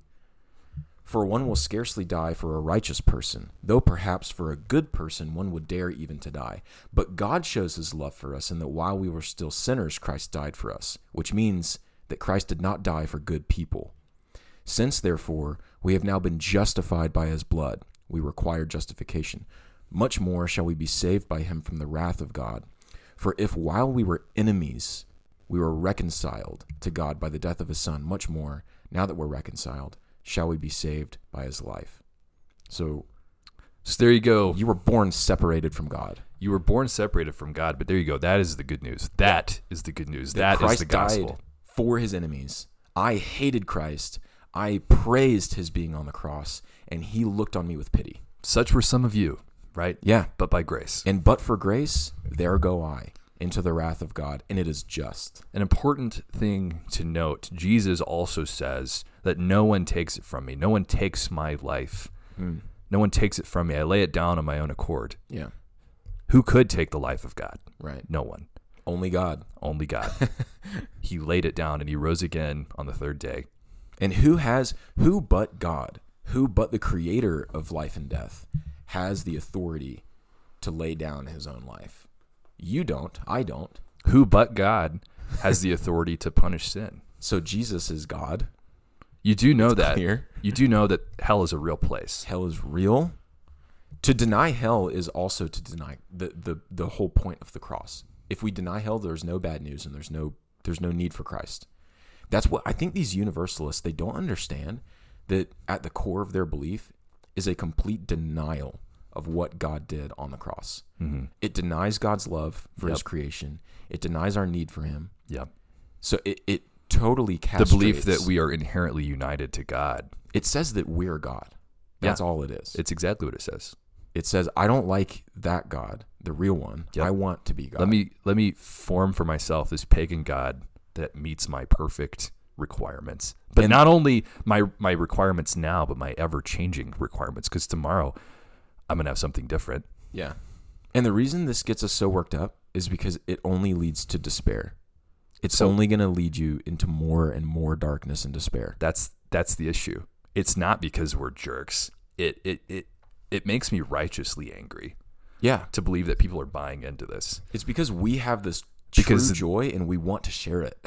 For one will scarcely die for a righteous person, though perhaps for a good person one would dare even to die. But God shows his love for us in that while we were still sinners, Christ died for us, which means that Christ did not die for good people. Since, therefore, we have now been justified by his blood, we require justification. Much more shall we be saved by him from the wrath of God. For if while we were enemies, we were reconciled to God by the death of his son, much more, now that we're reconciled, shall we be saved by his life. So So there you go. you were born separated from God. You were born separated from God, but there you go. That is the good news. That is the good news. That is Christ the gospel. died for his enemies. I hated Christ. I praised his being on the cross, and he looked on me with pity. Such were some of you, right? Yeah. But by grace. And but for grace, there go I into the wrath of God, and it is just. An important thing to note Jesus also says that no one takes it from me. No one takes my life. Hmm. No one takes it from me. I lay it down on my own accord. Yeah. Who could take the life of God? Right. No one. Only God. only God. he laid it down and he rose again on the third day. And who has who but God, who but the creator of life and death has the authority to lay down his own life? You don't, I don't. Who but God has the authority to punish sin? So Jesus is God. You do know that. clear. You do know that hell is a real place. Hell is real. To deny hell is also to deny the, the, the whole point of the cross. If we deny hell, there's no bad news and there's no there's no need for Christ. That's what I think these universalists they don't understand that at the core of their belief is a complete denial of what God did on the cross. It denies God's love for his Mm-hmm. Yep. creation. It denies our need for him. Yeah. So it, it totally The castrates belief that we are inherently united to God. it says that we're God. That's Yeah. all it is. It's exactly what it says. it says i don't like that god the real one Yep. i want to be god Let me let me form for myself this pagan god that meets my perfect requirements. But And- not only my my requirements now, but my ever changing requirements cuz tomorrow I'm going to have something different. yeah and the reason this gets us so worked up is because it only leads to despair it's So- only going to lead you into more and more darkness and despair That's that's the issue. It's not because we're jerks. It it it it makes me righteously angry yeah to believe that people are buying into this. it's because we have this Because- true joy and we want to share it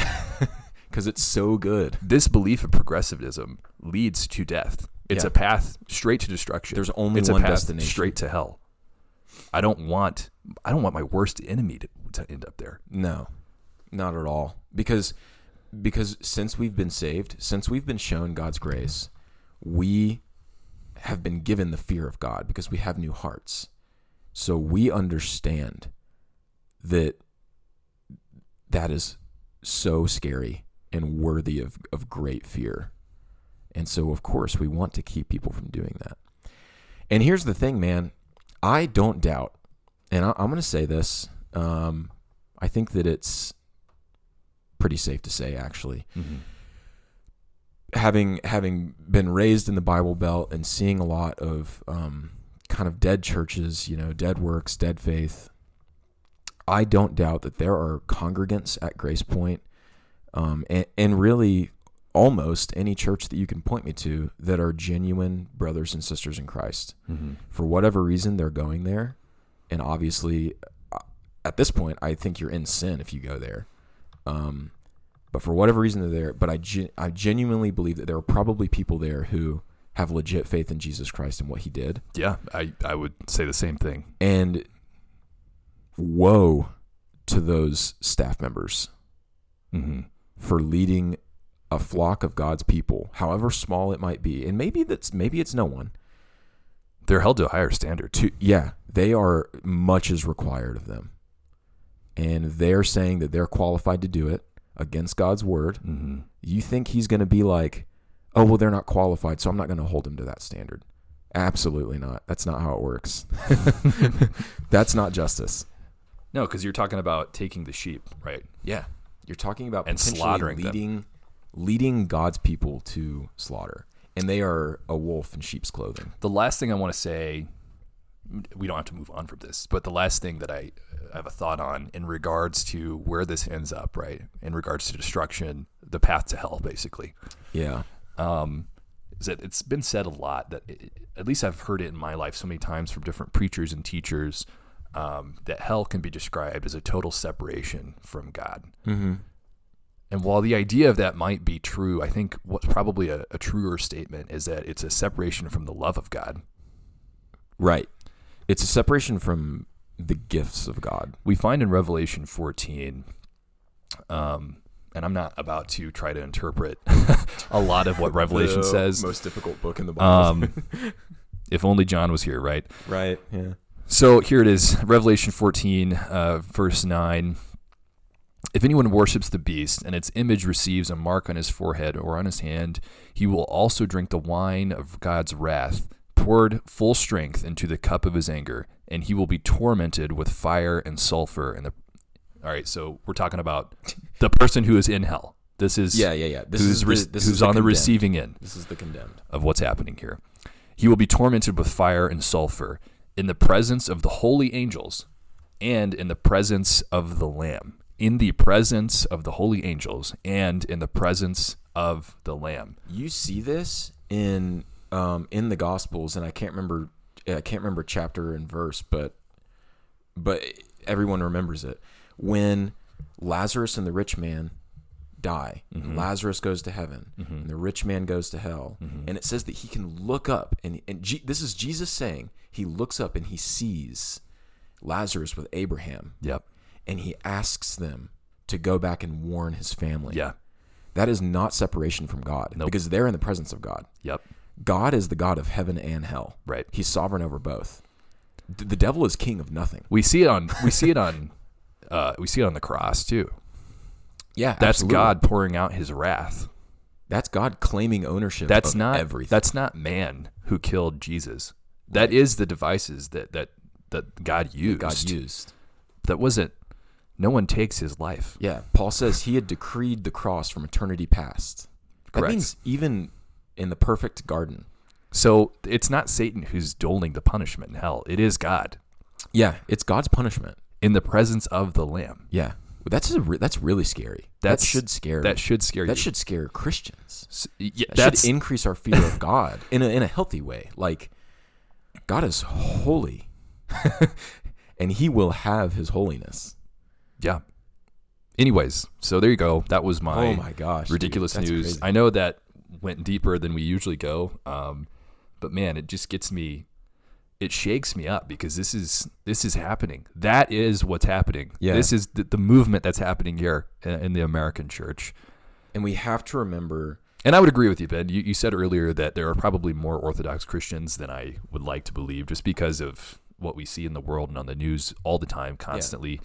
because it's so good This belief of progressivism leads to death. It's Yeah. a path straight to destruction. There's only it's one a path destination. straight to hell. I don't want I don't want my worst enemy to, to end up there. No, not at all. Because because since we've been saved, since we've been shown God's grace, we have been given the fear of God because we have new hearts. So we understand that that is so scary and worthy of, of great fear. And so of course we want to keep people from doing that. And here's the thing, man. I don't doubt, and I, I'm going to say this. Um, I think that it's pretty safe to say, actually, having having been raised in the Bible Belt and seeing a lot of um, kind of dead churches, you know, dead works, dead faith. I don't doubt that there are congregants at Grace Point, um, and, and really almost any church that you can point me to that are genuine brothers and sisters in Christ for whatever reason they're going there and obviously uh, at this point i think you're in sin if you go there um, but for whatever reason they're there but I, gen- I genuinely believe that there are probably people there who have legit faith in jesus christ and what he did Yeah, I, I would say the same thing. and woe to those staff members Mm-hmm. for leading a flock of god's people however small it might be and maybe that's maybe it's no one They're held to a higher standard too. to yeah they are much is required of them and they're saying that they're qualified to do it against god's word Mm-hmm. you think he's going to be like oh well they're not qualified so i'm not going to hold them to that standard absolutely not that's not how it works that's not justice No, because you're talking about taking the sheep, right? yeah you're talking about And potentially slaughtering them. leading leading god's people to slaughter and they are a wolf in sheep's clothing The last thing I want to say, we don't have to move on from this, but the last thing that I I have a thought on in regards to where this ends up, right? In regards to destruction, the path to hell, basically. yeah um, is that it's been said a lot that at least I've heard it in my life so many times from different preachers and teachers um, that hell can be described as a total separation from God. mm-hmm. And while the idea of that might be true, I think what's probably a, a truer statement is that it's a separation from the love of God. right it's a separation from the gifts of god we find in Revelation 14, um, and I'm not about to try to interpret a lot of what Revelation The says. most difficult book in the Bible. Um, if only John was here, right? right. Yeah. So here it is Revelation 14, uh, verse 9. If anyone worships the beast and its image receives a mark on his forehead or on his hand, he will also drink the wine of God's wrath, poured full strength into the cup of his anger, and he will be tormented with fire and sulfur. And the all right, so we're talking about the person who is in hell. This is Yeah, yeah, yeah. This who's is the- re- this is who's the on the condemned. receiving end This is the condemned. of what's happening here. He will be tormented with fire and sulfur in the presence of the holy angels and in the presence of the Lamb. In the presence of the holy angels and in the presence of the Lamb. You see this in um, in the Gospels, and I can't remember I can't remember chapter and verse, but but everyone remembers it when Lazarus and the rich man die. and Lazarus goes to heaven, and the rich man goes to hell, and it says that he can look up, and and Je- this is Jesus saying he looks up and he sees Lazarus with Abraham, Yep. and he asks them to go back and warn his family. Yeah. That is not separation from God because they're in the presence of God. Yep. God is the God of heaven and hell. Right. He's sovereign over both. D- the devil is king of nothing. We see it on we see it on uh, we see it on the cross too. Yeah. That's absolutely. God pouring out his wrath. That's God claiming ownership That's of not everything. that's not man who killed Jesus. That is the devices that that that God used. God used. that wasn't no one takes his life Yeah. Paul says he had decreed the cross from eternity past. That Correct. means even in the perfect garden. so it's not satan who's doling the punishment in hell it is god Yeah. It's God's punishment. in the presence of the lamb Yeah. That's a re- that's really scary. That's- that should scare that should scare that you should scare Christians. S- yeah, That that's should increase our fear of God in a, in a healthy way. Like God is holy, and He will have His holiness. yeah anyways so there you go that was my, oh my gosh, dude, ridiculous that's news crazy. i know that went deeper than we usually go um, but man it just gets me it shakes me up because this is this is happening. That is what's happening. Yeah. This is the, the movement that's happening here in, in the American church. And we have to remember And I would agree with you, Ben. You, you said earlier that there are probably more Orthodox Christians than I would like to believe, just because of what we see in the world and on the news all the time, constantly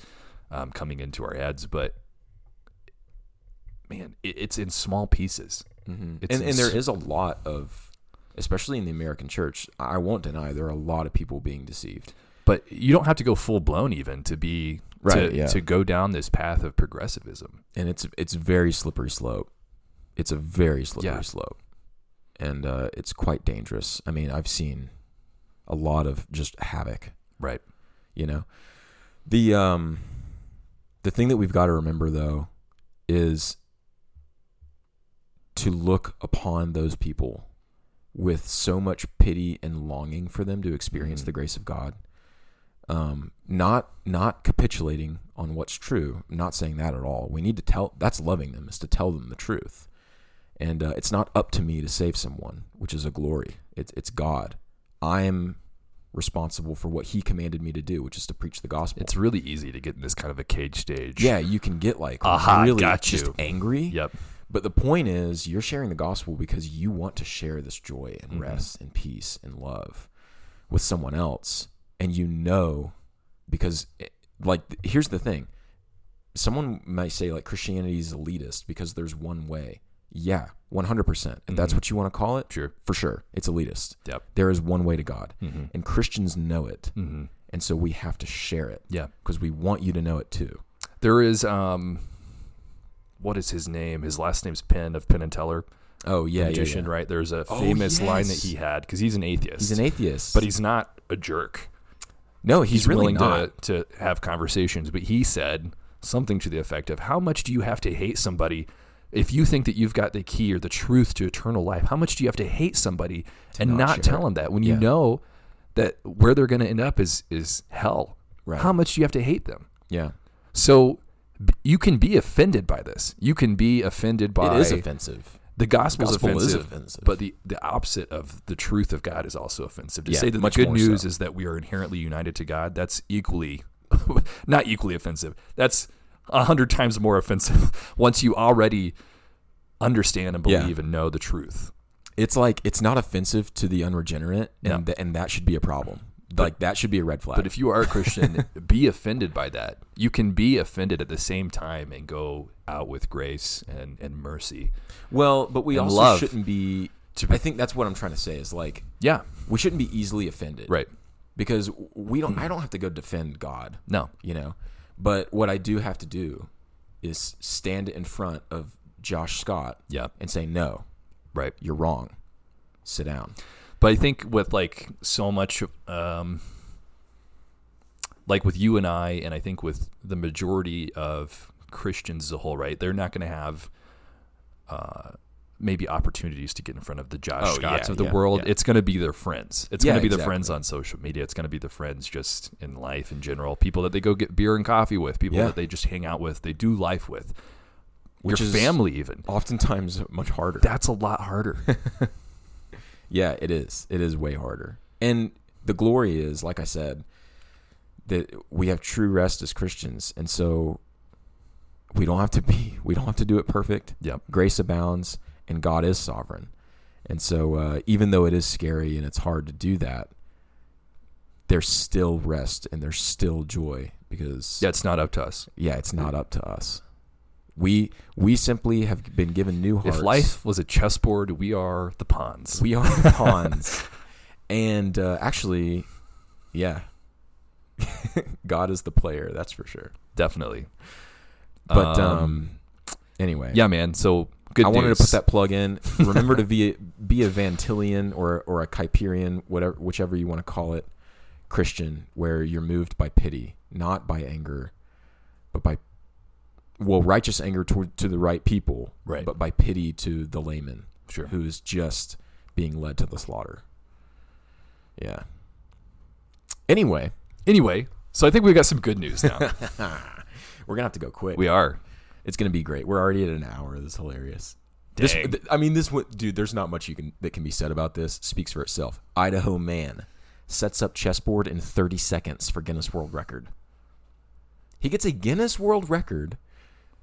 um, coming into our heads. But man, it, it's in small pieces. It's Mm-hmm. and, in and there s- is a lot of especially in the american church i won't deny there are a lot of people being deceived but you don't have to go full blown even to be Right, to, yeah. to go down this path of progressivism. and it's it's very slippery slope it's a very slippery Yeah. slope and uh, it's quite dangerous i mean i've seen a lot of just havoc Right. you know the um the thing that we've got to remember though is to look upon those people with so much pity and longing for them to experience Mhm. the grace of God um not not capitulating on what's true not saying that at all we need to tell that's loving them is to tell them the truth and uh, it's not up to me to save someone which is a glory it's it's God i am responsible for what he commanded me to do, which is to preach the gospel. It's really easy to get in this kind of a cage stage. yeah, you can get like Aha, really got just you. angry. Yep. But the point is, you're sharing the gospel because you want to share this joy Mm-hmm. and rest and peace and love with someone else, and you know because it, like th- here's the thing. Someone might say like Christianity is elitist because there's one way. Yeah, 100%. If that's what you want to call it, Sure. for sure. It's elitist. Mm-hmm. Yep. There is one way to God. Mhm. And Christians know it. Mm-hmm. And so we have to share it Yeah. because we want you to know it too. There is um, what is his name? His last name's Penn of Penn and Teller, Oh yeah, yeah, magician, yeah. right? There's a Oh, famous line that yes. he had because he's an atheist. He's an atheist, but he's not a jerk. no, he's, really willing not. to to have conversations. But he said something to the effect of, "How much do you have to hate somebody?" If you think that you've got the key or the truth to eternal life, how much do you have to hate somebody and not not, share tell it. them that when Yeah. you know that where they're going to end up is is hell? Right. How much do you have to hate them? Yeah, So b- you can be offended by this. You can be offended by it is offensive. the gospel's Gospel is offensive, offensive. but the the opposite of the truth of God is also offensive. To Yeah, say that much the good more news so. is that we are inherently united to God, that's equally not equally offensive. That's a hundred times more offensive once you already understand and Yeah. believe and know the truth. It's like it's not offensive to the unregenerate, and No. th- and that should be a problem. like that should be a red flag. But if you are a Christian, be offended by that. You can be offended at the same time and go out with grace and, and mercy. well, but we and also love shouldn't be. to- I think that's what I'm trying to say is like Yeah. we shouldn't be easily offended, Right. Because we don't. I don't have to go defend God. No. you know. But what I do have to do is stand in front of Josh Scott Yeah. and say, "No, Right. you're wrong. Sit down." But I think with like so much, um, like with you and I, and I think with the majority of Christians as a whole, right? They're not going to have uh, maybe opportunities to get in front of the Josh Oh, Scotts yeah, of the yeah, world. yeah. It's going to be their friends. It's Yeah, going to be their exactly. friends on social media. It's going to be their friends just in life in general. People that they go get beer and coffee with. People Yeah. that they just hang out with. They do life with. Which Your is- family, even. Oftentimes, much harder. That's a lot harder. yeah, it is. It is way harder. And the glory is, like I said, that we have true rest as Christians, and so we don't have to be. We don't have to do it perfect. yep. Grace abounds, and God is sovereign. And so, uh, even though it is scary and it's hard to do that, there's still rest and there's still joy because Yeah, it's not up to us. yeah, it's not up to us. We we simply have been given new hearts. If life was a chessboard, we are the pawns. we are the pawns, and uh, actually, yeah, God is the player. That's for sure. Definitely. But um, Um, anyway, yeah, man. So good. I wanted to put news. that plug in. Remember to be be a Vantillian or or a Kyperian, whatever whichever you want to call it, Christian, where you're moved by pity, not by anger, but by well, righteous anger toward to the right people, Right. But by pity to the layman Sure. who is just being led to the slaughter. Yeah. Anyway, Anyway, so I think we got some good news now. we're gonna have to go quick. we are. It's gonna be great. We're already at an hour. This is hilarious. This, Dang. th- I mean, this one, dude. There's not much you can that can be said about this. Speaks for itself. Idaho man sets up chessboard in 30 seconds for Guinness World Record. He gets a Guinness World Record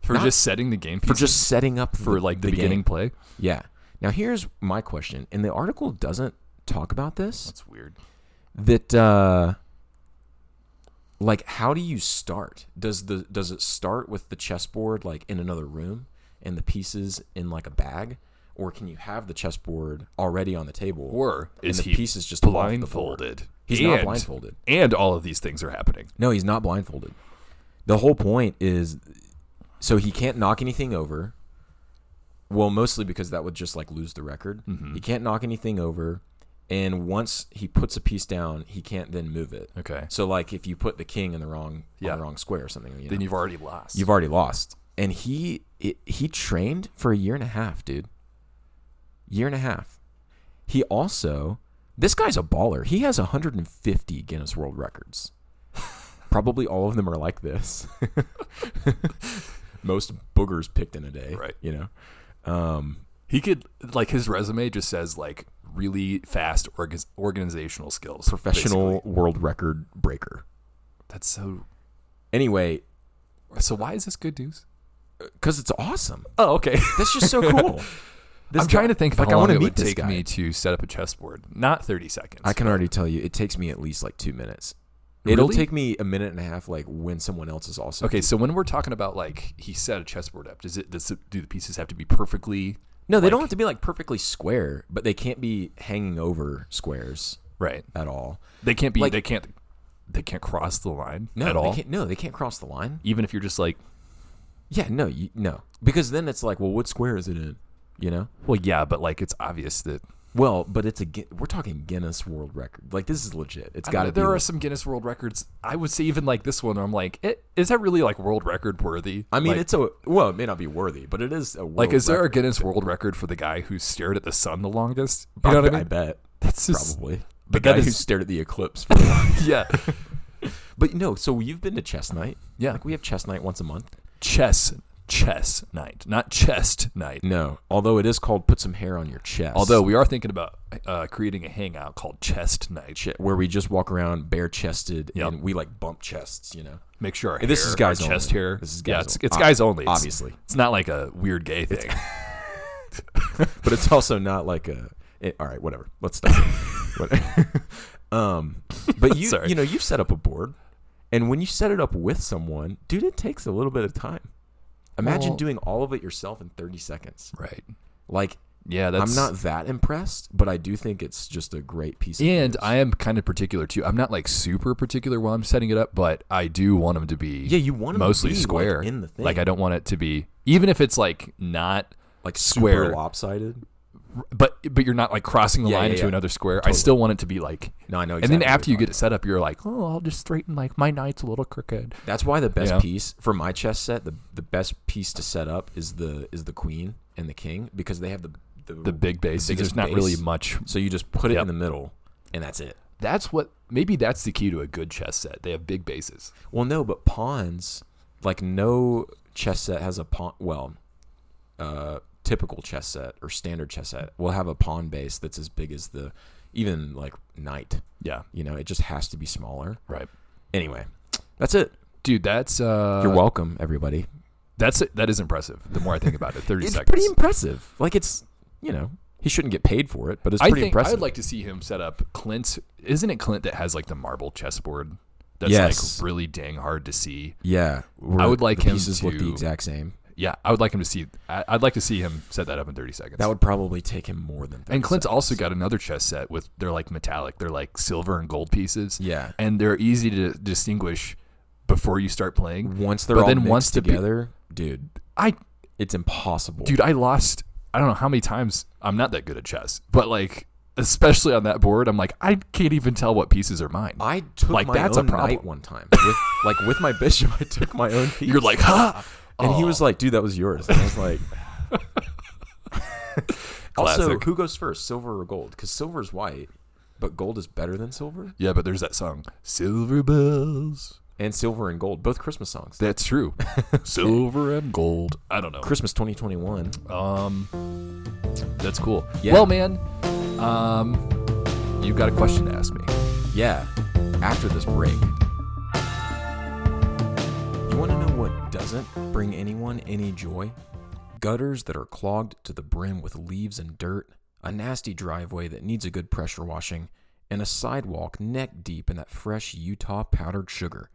for Not- just setting the game for just setting up for like the, game. beginning play. Yeah. Now here's my question, and the article doesn't talk about this. That's weird. That uh, like, how do you start? Does the does it start with the chessboard like in another room and the pieces in like a bag, or can you have the chessboard already on the table? Or is and the he pieces just fall off the board? blindfolded? He's and, not blindfolded. and all of these things are happening. No, he's not blindfolded. The whole point is so he can't knock anything over. Well, mostly because that would just like lose the record. Mm-hmm. He can't knock anything over. And once he puts a piece down, he can't then move it. Okay, So like if you put the king in the wrong Yeah. on the wrong square or something, you know, then you've already lost. you've already lost. And he it, he trained for a year and a half, dude. Year and a half. He also this guy's a baller. He has 150 Guinness World Records. Probably all of them are like this. Most boogers picked in a day, Right. You know. Um, he could like his resume just says like really fast org- organizational skills, professional basically. world record breaker. That's so. Anyway, So why is this good news? cuz it's awesome. Oh, okay. That's just so cool. This I'm trying guy- to think of like how I long wanna it would meet this take guy. me to set up a chessboard. Not 30 seconds. I can already tell you, it takes me at least like two minutes. Really? It'll take me a minute and a half, like when someone else is also. Okay, so when we're talking about like he set a chessboard up, does it does it, do the pieces have to be perfectly No, they don't have to be like perfectly square, but they can't be hanging over squares right? at all. They can't be. Like- they can't. They can't cross the line No, at they all. Can't, no, they can't cross the line. Even if you're just like, Yeah, no, you, no, because then it's like, well, what square is it in? You know. well, yeah, but like it's obvious that Well, but it's a Gu- we're talking Guinness World Record. Like this is legit. It's I got mean, to be. there are like- some Guinness World Records. I would say even like this one. I'm like, eh, is that really like world record worthy? I mean, like, it's a well, it may not be worthy, but it is a world like, is there record. a Guinness World Record for the guy who stared at the sun the longest? You know I, what I I mean? bet That's just probably the but that guy who is- stared at the eclipse. For yeah. But no, so you've been to chess night. Yeah. Like we have chess night once a month. chess, chess night, not chest night. No, although it is called put some hair on your chest. Although we are thinking about uh, creating a hangout called Chest Night. Ch- where we just walk around bare chested Yep. and we like bump chests, you know. Make sure our And this hair- is guys our chest only. hair. This is yeah, guys it's, only. it's Ob- guys only. It's- obviously. it's not like a weird gay thing. But it's also not like a. it- all right, whatever. Let's stop. What- um, but you Sorry. you know you've set up a board, and when you set it up with someone, dude, it takes a little bit of time. Imagine Well- doing all of it yourself in thirty seconds. right. Like Yeah, I'm that's not that impressed, but I do think it's just a great piece. of And news. I am kind of particular too. I'm not like super particular while I'm setting it up, but I do want them to be Yeah, you want 'em to mostly be, like, square in the thing. Like I don't want it to be even if it's like not like square- super lopsided. but but you're not like crossing the Yeah, line yeah, into yeah. another square. I still want it to be like No, I know. and then exactly what after you you're get it set up, you're like, oh, I'll just straighten like my knight's a little crooked. That's why the best Yeah. piece for my chess set, the the best piece to set up is the is the queen and the king because they have the the, The big base. biggest there's not base. really much. So you just put it Yep. in the middle, and that's it. That's what maybe that's the key to a good chess set. They have big bases. Well, no, but pawns like no chess set has a pawn. Well, uh, typical chess set or standard chess set will have a pawn base that's as big as the even like knight. Yeah. You know, it just has to be smaller. Right. Anyway, that's it. Dude, that's uh You're welcome, everybody. That's that is impressive. The more I think about it, 30 It's seconds. pretty impressive. Like it's you know he shouldn't get paid for it, but it's I pretty think impressive. I'd like to see him set up Clint's Isn't it Clint that has like the marble chessboard? That's Yes. like really dang hard to see. Yeah, I would like the him pieces look the to- exact same. Yeah, I would like him to see. I, I'd like to see him set that up in 30 seconds. That would probably take him more than. 30 and Clint's also got another chess set with they're like metallic, they're like silver and gold pieces. Yeah. and they're easy to distinguissh before you start playing. seconds. once they're but all then mixed once the pe- together, dude, I it's impossible. dude, I lost. I don't know how many times. I'm not that good at chess, but like especially on that board, I'm like I can't even tell what pieces are mine. I took like, my that's a own knight problem. one time, with, like with my bishop. I took my own piece. You're like, ha! and he was like, "Dude, that was yours." And I was like, also, Classic. who goes first, silver or gold? Because silver's white, but gold is better than silver, Yeah, but there's that song, Silver Bells. and silver and gold, both Christmas songs. That's true. Silver and gold. I don't know. Christmas 2021. Um, that's cool. Yeah. Well, man, um, you've got a question to ask me. Yeah, after this break. You want to know what doesn't bring anyone any joy? Gutters that are clogged to the brim with leaves and dirt, a nasty driveway that needs a good pressure washing, and a sidewalk neck deep in that fresh Utah powdered sugar.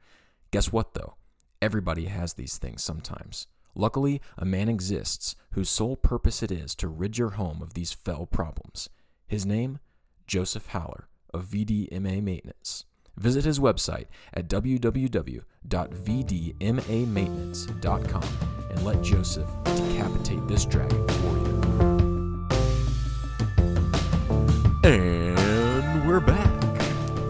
Guess what, though? Everybody has these things sometimes. Luckily, a man exists whose sole purpose it is to rid your home of these fell problems. His name? Joseph Howler of VDMA Maintenance. Visit his website at www.vdmamaintenance.com and let Joseph decapitate this dragon for you. And we're back.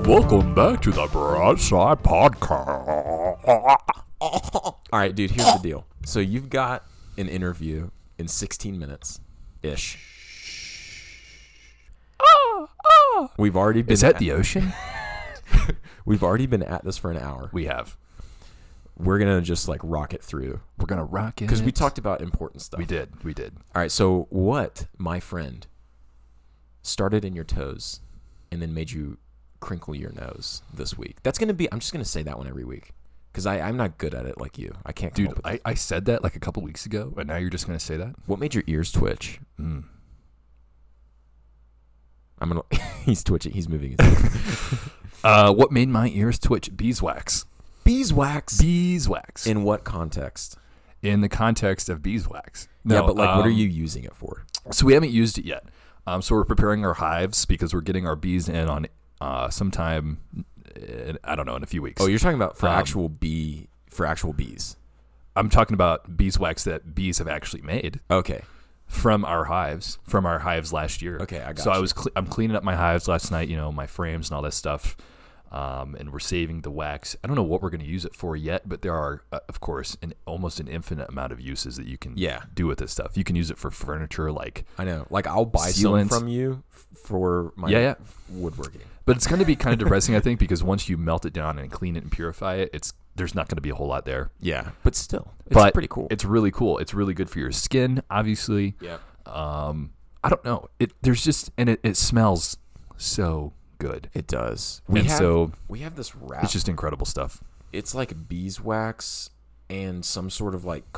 Welcome back to the Broadside Podcast. All right, dude, here's the deal. So you've got an interview in 16 minutes ish. We've already been Is that at- the ocean? we've already been at this for an hour. We have. We're gonna just like rock it through We're gonna rock it because we talked about important stuff. We did. We did. All right, so what, my friend, started in your toes and then made you crinkle your nose this week? That's going to be, I'm just going to say that one every week because I'm not good at it like you. I can't come up Dude, with I, I said that like a couple weeks ago, and now you're just gonna say that? What made your ears twitch? Mm. I'm going to, he's twitching, he's moving his ears. Uh, what made my ears twitch? Beeswax. Beeswax. Beeswax. In, In what context? in the context of beeswax. yeah, but like, what are um, you using it for? So we haven't used it yet. Um, so we're preparing our hives because we're getting our bees in on uh, sometime. In, I don't know in a few weeks. Oh, you're talking about for um, actual bee, for actual bees. I'm talking about beeswax that bees have actually made Okay. from our hives, from our hives last year. Okay, I got So I you. was cle I'm cleaning up my hives last night. You know my frames and all that stuff. Um, and we're saving the wax. I don't know what we're going to use it for yet, but there are, uh, of course, an almost an infinite amount of uses that you can Yeah. do with this stuff. You can use it for furniture, like I know. Like, I'll buy some Sealant. from you f- for my Yeah, yeah. woodworking. But it's going to be kind of depressing, I think, because once you melt it down and clean it and purify it, it's there's not going to be a whole lot there. Yeah, but still, it's but pretty cool. It's really cool. It's really good for your skin, obviously. yeah, Um, I don't know. It there's just and it, it smells so good. it does. We and have so we have this wrap. it's It's, just incredible stuff. like beeswax and some sort of like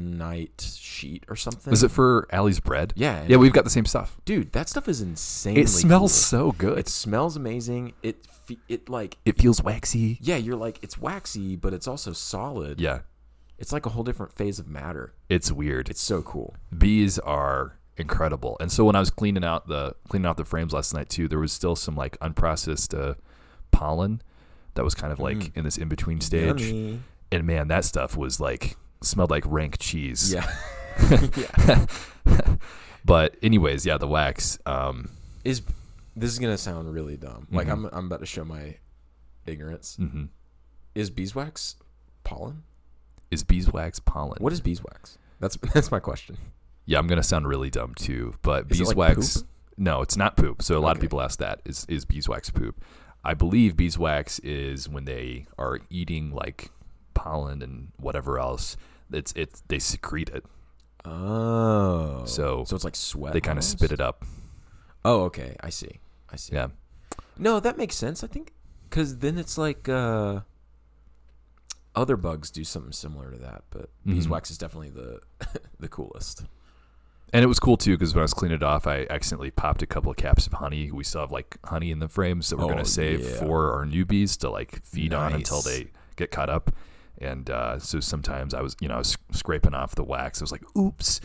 carbonite sheet or something. Is it for Allie's bread? Yeah, and- Yeah, we've got the same stuff. dude? That stuff is insane. It smells so good. It smells amazing. It fe- it like it feels waxy. yeah, you're like it's waxy, but it's also solid. Yeah. It's like a whole different phase of matter. It's weird. It's so cool. bees are incredible. And so when I was cleaning out the cleaning out the frames last night too, there was still some like unprocessed uh, pollen that was kind of like in this in between stage. Yummy. And man, that stuff was like smelled like rank cheese. Yeah. But anyways, yeah, the wax. Um, Is this is gonna sound really dumb? Like Mm-hmm. I'm I'm about to show my ignorance. mhm. Is beeswax pollen? Is beeswax pollen? What is beeswax? That's that's my question. Yeah, I'm gonna sound really dumb too, but Is it like beeswax. poop? No, it's not poop. So a lot of Okay. people ask that: is is beeswax poop? I believe beeswax is when they are eating like pollen and whatever else. It's it's they secrete it. Oh, So so it's like sweat. They kind of spit it up. Oh, okay, I see. I see. Yeah, No, that makes sense. I think because then it's like uh, other bugs do something similar to that, but Mhm. beeswax is definitely the the coolest. and it was cool too because when I was cleaning it off, I accidentally popped a couple of caps of honey. We still have like honey in the frames that we're Oh, gonna save yeah. for our newbies to like feed on until Nice. they get caught up. And uh, so sometimes I was, you know, I was scraping off the wax. I was like, "Oops,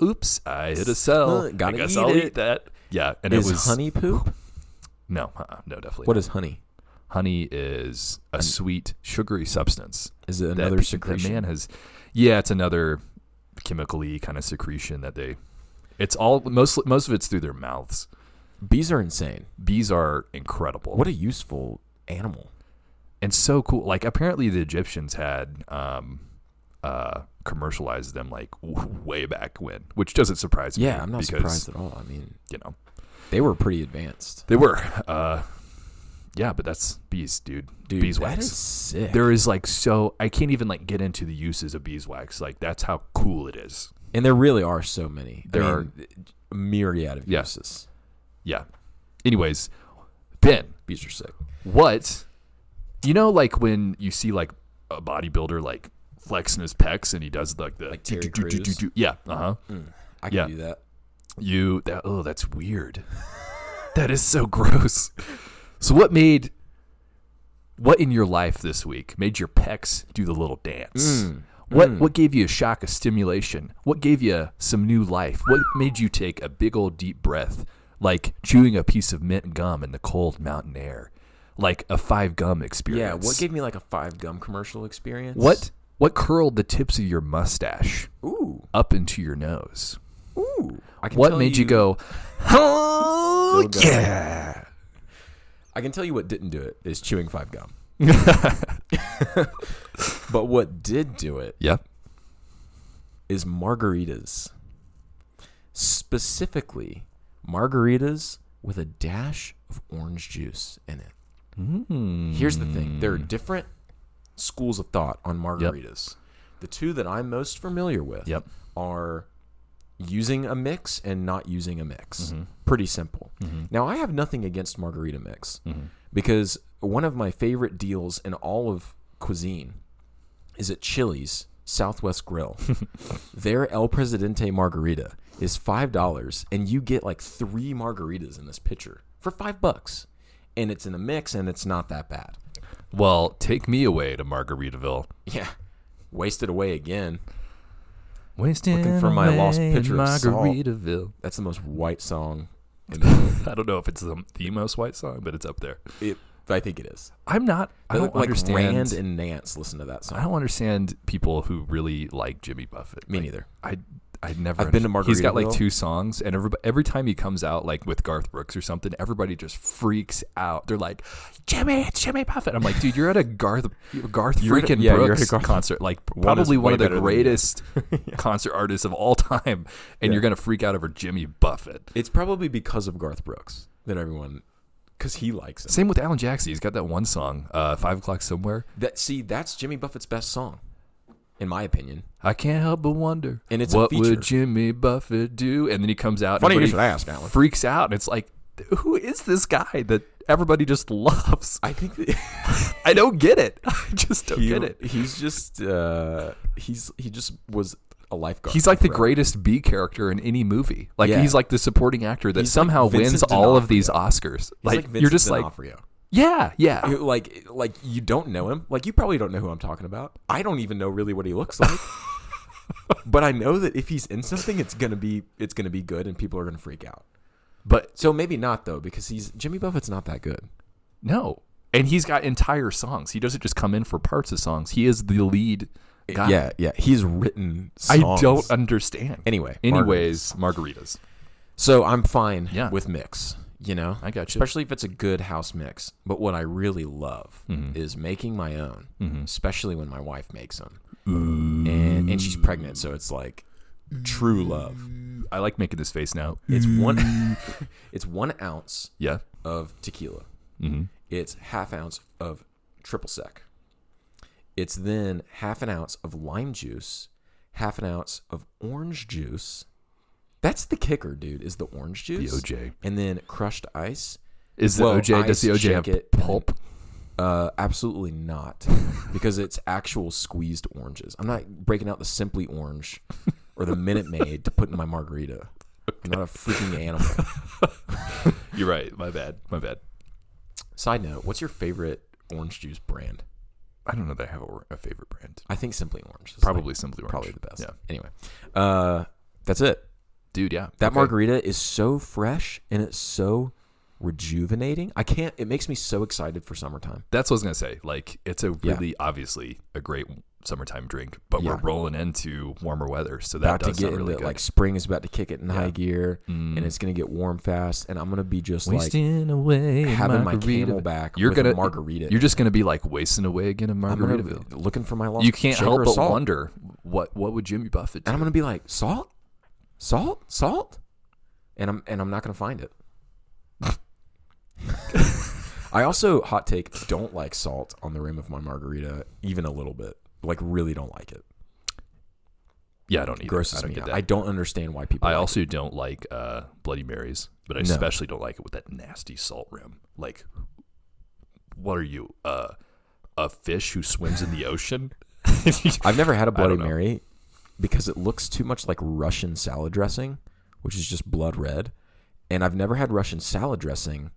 oops, I hit a cell. Uh, gotta I guess eat I'll it." eat that." Yeah, and is it was honey poop? No, uh-uh, no, definitely. What not. is honey? honey? Is a sweet, sugary substance. Is it that another pe- that secretion? man has. Yeah, it's another chemically kind of secretion that they. It's all most most of it's through their mouths. Bees are insane. Bees are incredible. What a useful animal. and so cool. Like apparently the Egyptians had um, uh, commercialized them like w- way back when, which doesn't surprise me. Yeah, I'm not because, surprised at all. I mean, You know they were pretty advanced. they were. Uh, yeah, but that's bees, dude. Dude, Beeswax. that is sick. there is like so I can't even like get into the uses of beeswax. Like that's how cool it is. And there really are so many. There I mean, a myriad of Yeah. uses. Yeah. Anyways, Ben, Bees are sick. What? You know, like when you see like a bodybuilder like flexing his pecs and he does like the Like Terry do- do- do- do- Crews? do- yeah, uh huh. I can Yeah. do that. You that oh that's weird. that is so gross. So what made what in your life this week made your pecs do the little dance? Mm. What what gave you a shock of stimulation? What gave you some new life? What made you take a big old deep breath like chewing a piece of mint gum in the cold mountain air? Like a five gum Yeah, experience. what gave me like a five gum commercial experience? what what curled the tips of your mustache Ooh, up into your nose? ooh. I can What tell made you, go, oh, Still going. yeah? I can tell you what didn't do it is chewing five gum. but what did do it Yep. is margaritas. Specifically, margaritas with a dash of orange juice in it. Hmm. Here's the thing there are Mm. different schools of thought on margaritas. The two that I'm most familiar with Yep. are using a mix and not using a mix. Pretty simple. Now, I have nothing against margarita mix because one of my favorite deals in all of cuisine is at Chili's Southwest Grill. Their El Presidente margarita is $5 and you get like 3 margaritas in this pitcher for 5 bucks. And it's in a mix and it's not that bad. Well, take me away to Margaritaville. Yeah. Wasted away again. Wasting Looking for my lost away in pitcher of salt. Margaritaville. That's the most white song. I don't know if it's the, the most white song, but it's up there. It, I think it is. I'm not. I They don't look like understand. Rand and Nance listen to that I song. don't understand people who really like Jimmy Buffett. Me Like, neither. I I never. I've been to underst- He's got like Margaritaville. two songs, and every every time he comes out, like with Garth Brooks or something, everybody just freaks out. They're like, "Jimmy, it's Jimmy Buffett." I'm like, "Dude, you're at a Garth Garth You're at a- freaking yeah, you're at a Brooks Garth- concert, like One is probably one way of the better than the greatest concert artists of all time, and you're gonna freak out over Jimmy Buffett." It's probably because of Garth Brooks that everyone, because he likes it. Same with Alan Jackson. He's got that one song, uh, Five O'clock Somewhere. That see, that's Jimmy Buffett's best song, in my opinion. I can't help but wonder. And it's a what feature. would Jimmy Buffett do? And then he comes out. Funny you and should everybody ask, Alan. Freaks out, and it's like, who is this guy that everybody just loves? I think that I don't get it. I just don't he, get it. he's just uh, he's he just was a lifeguard. He's like the forever. greatest B character in any movie. Like Yeah. he's like the supporting actor that He's like somehow wins Vincent all of these Oscars. He's Like, Vincent you're just like, D'Onofrio. yeah, yeah. You- like like you don't know him. Like you probably don't know who I'm talking about. I don't even know really what he looks like. but I know that if he's in something, it's gonna be it's gonna be good, and people are gonna freak out. But So maybe not though, because he's Jimmy Buffett's not that good. no, and he's got entire songs. He doesn't just come in for parts of songs. He is the lead guy. Eh, Yeah, yeah, he's written. I Songs. don't uh, understand. Anyway, anyways, margaritas. So I'm fine Yeah. with mix, you know? I got you. Especially if it's a good house mix. But what I really love Mm-hmm. is making my own, especially when my wife makes them. And, and she's pregnant, so it's like true love. I like making this face now. It's one it's one ounce Yeah. of tequila. Mm-hmm. It's half ounce of triple sec. It's then half an ounce of lime juice, half an ounce of orange juice. That's the kicker, dude, is the orange juice. OJ. And then crushed ice. Is the Well, OJ? Does the ice, OJ have shake it, and pulp? Uh, absolutely not, because it's actual squeezed oranges. I'm not breaking out the Simply Orange or the Minute Maid to put in my margarita. I'm not a freaking animal. You're right. My bad. My bad. Side note: What's your favorite orange juice brand? I don't know that I have a, a favorite brand. I think Simply Orange. Is Probably Simply Orange. like probably the best. Yeah. Anyway, uh, that's it. Dude, yeah. That Okay. margarita is so fresh and it's so rejuvenating. I can't. It makes me so excited for summertime. That's what I was gonna say. Like, it's a Yeah. really obviously a great summertime drink, but we're Yeah. rolling into warmer weather, so that About to does get sound really into good. like spring is about to kick it in high gear, Mm. and it's gonna get warm fast, and I'm gonna be just like wasting away, in having my Margarita- Camelback You're with a gonna margarita. You're just gonna be like wasting away again in I'm gonna Margaritaville. be looking for my lost. you can't shaker help of but salt. wonder what what would Jimmy Buffett do? And I'm gonna be like salt, salt, salt, and I'm and I'm not gonna find it. I also hot take don't like salt on the rim of my margarita even a little bit. Like really don't like it. yeah, I don't need Grosses I don't me get out. that. I don't understand why people. I like also don't like uh, Bloody Marys, but I No. especially don't like it with that nasty salt rim. Like, what are you, uh, a fish who swims in the ocean? I've never had a Bloody know. Mary because it looks too much like Russian salad dressing, which is just blood red. And I've never had Russian salad dressing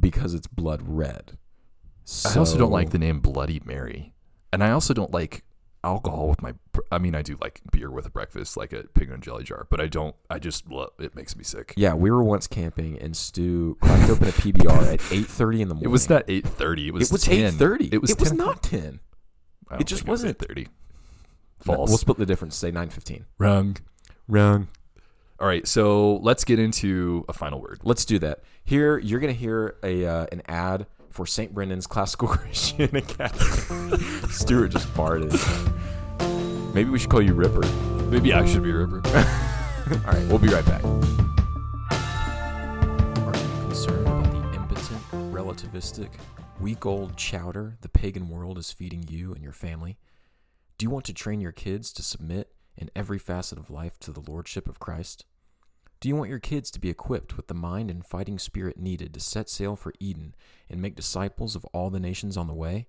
because it's blood red. I also So- don't like the name Bloody Mary, and I also don't like alcohol with my. br- I mean, I do like beer with breakfast, like a pig in a jelly jar, but I don't. I just lo- it makes me sick. Yeah, we were once camping, and Stu cracked open a PBR at eight thirty in the morning. It was not eight thirty. It was It was 10. eight thirty. It was. 10. not ten. I don't it just think wasn't. It was 8:30. No, False. We'll split the difference. Say nine fifteen. Wrong. Wrong. All right, so let's get into a final word. Let's do that. Here, you're gonna hear a uh, an ad for St. Brendan's Classical Christian Academy. Stuart just farted. Maybe we should call you Ripper. Maybe I should be a river. All right, we'll be right back. Are you concerned about the impotent, relativistic, week old chowder the pagan world is feeding you and your family? Do you want to train your kids to submit in every facet of life to the Lordship of Christ? Do you want your kids to be equipped with the mind and fighting spirit needed to set sail for Eden and make disciples of all the nations on the way?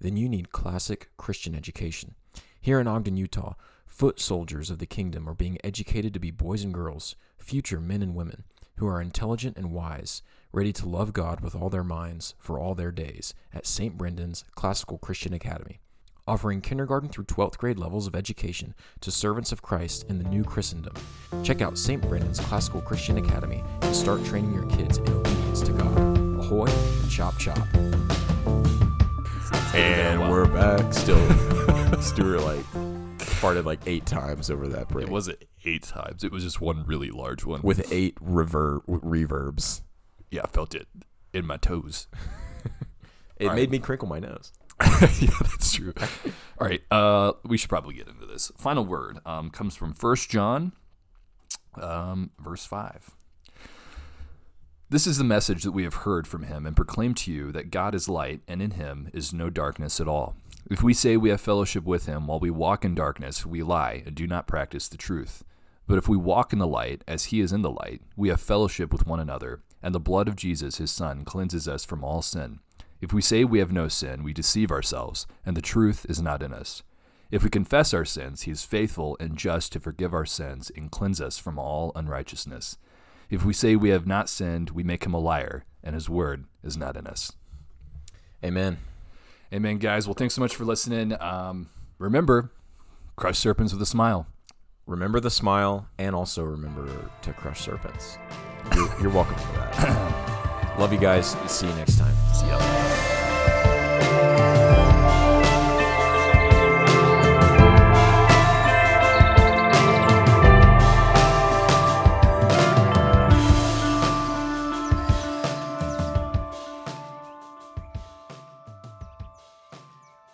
Then you need classic Christian education. Here in Ogden, Utah, foot soldiers of the kingdom are being educated to be boys and girls, future men and women, who are intelligent and wise, ready to love God with all their minds for all their days at St. Brendan's Classical Christian Academy, offering kindergarten through 12th grade levels of education to servants of Christ in the new Christendom. Check out St. Brendan's Classical Christian Academy and start training your kids in obedience to God. Ahoy and chop chop. And we're back. Still, Stuart like farted like eight times over that break It wasn't eight times. It was just one really large one. with eight reverb reverbs. yeah, I felt it in my toes. It All right. made me crinkle my nose. yeah, that's true. All right, uh, we should probably get into this. Final word um, comes from First John, um, verse five. This is the message that we have heard from him and proclaim to you that God is light, and in him is no darkness at all. If we say we have fellowship with him while we walk in darkness, we lie and do not practice the truth. But if we walk in the light, as he is in the light, we have fellowship with one another, and the blood of Jesus, his Son, cleanses us from all sin. If we say we have no sin, we deceive ourselves, and the truth is not in us. If we confess our sins, he is faithful and just to forgive our sins and cleanse us from all unrighteousness. If we say we have not sinned, we make him a liar, and his word is not in us. Amen. Amen, guys. Well, thanks so much for listening. Um, remember, crush serpents with a smile. Remember the smile, and also remember to crush serpents. You're, you're welcome for that. Love you guys. See you next time. See ya.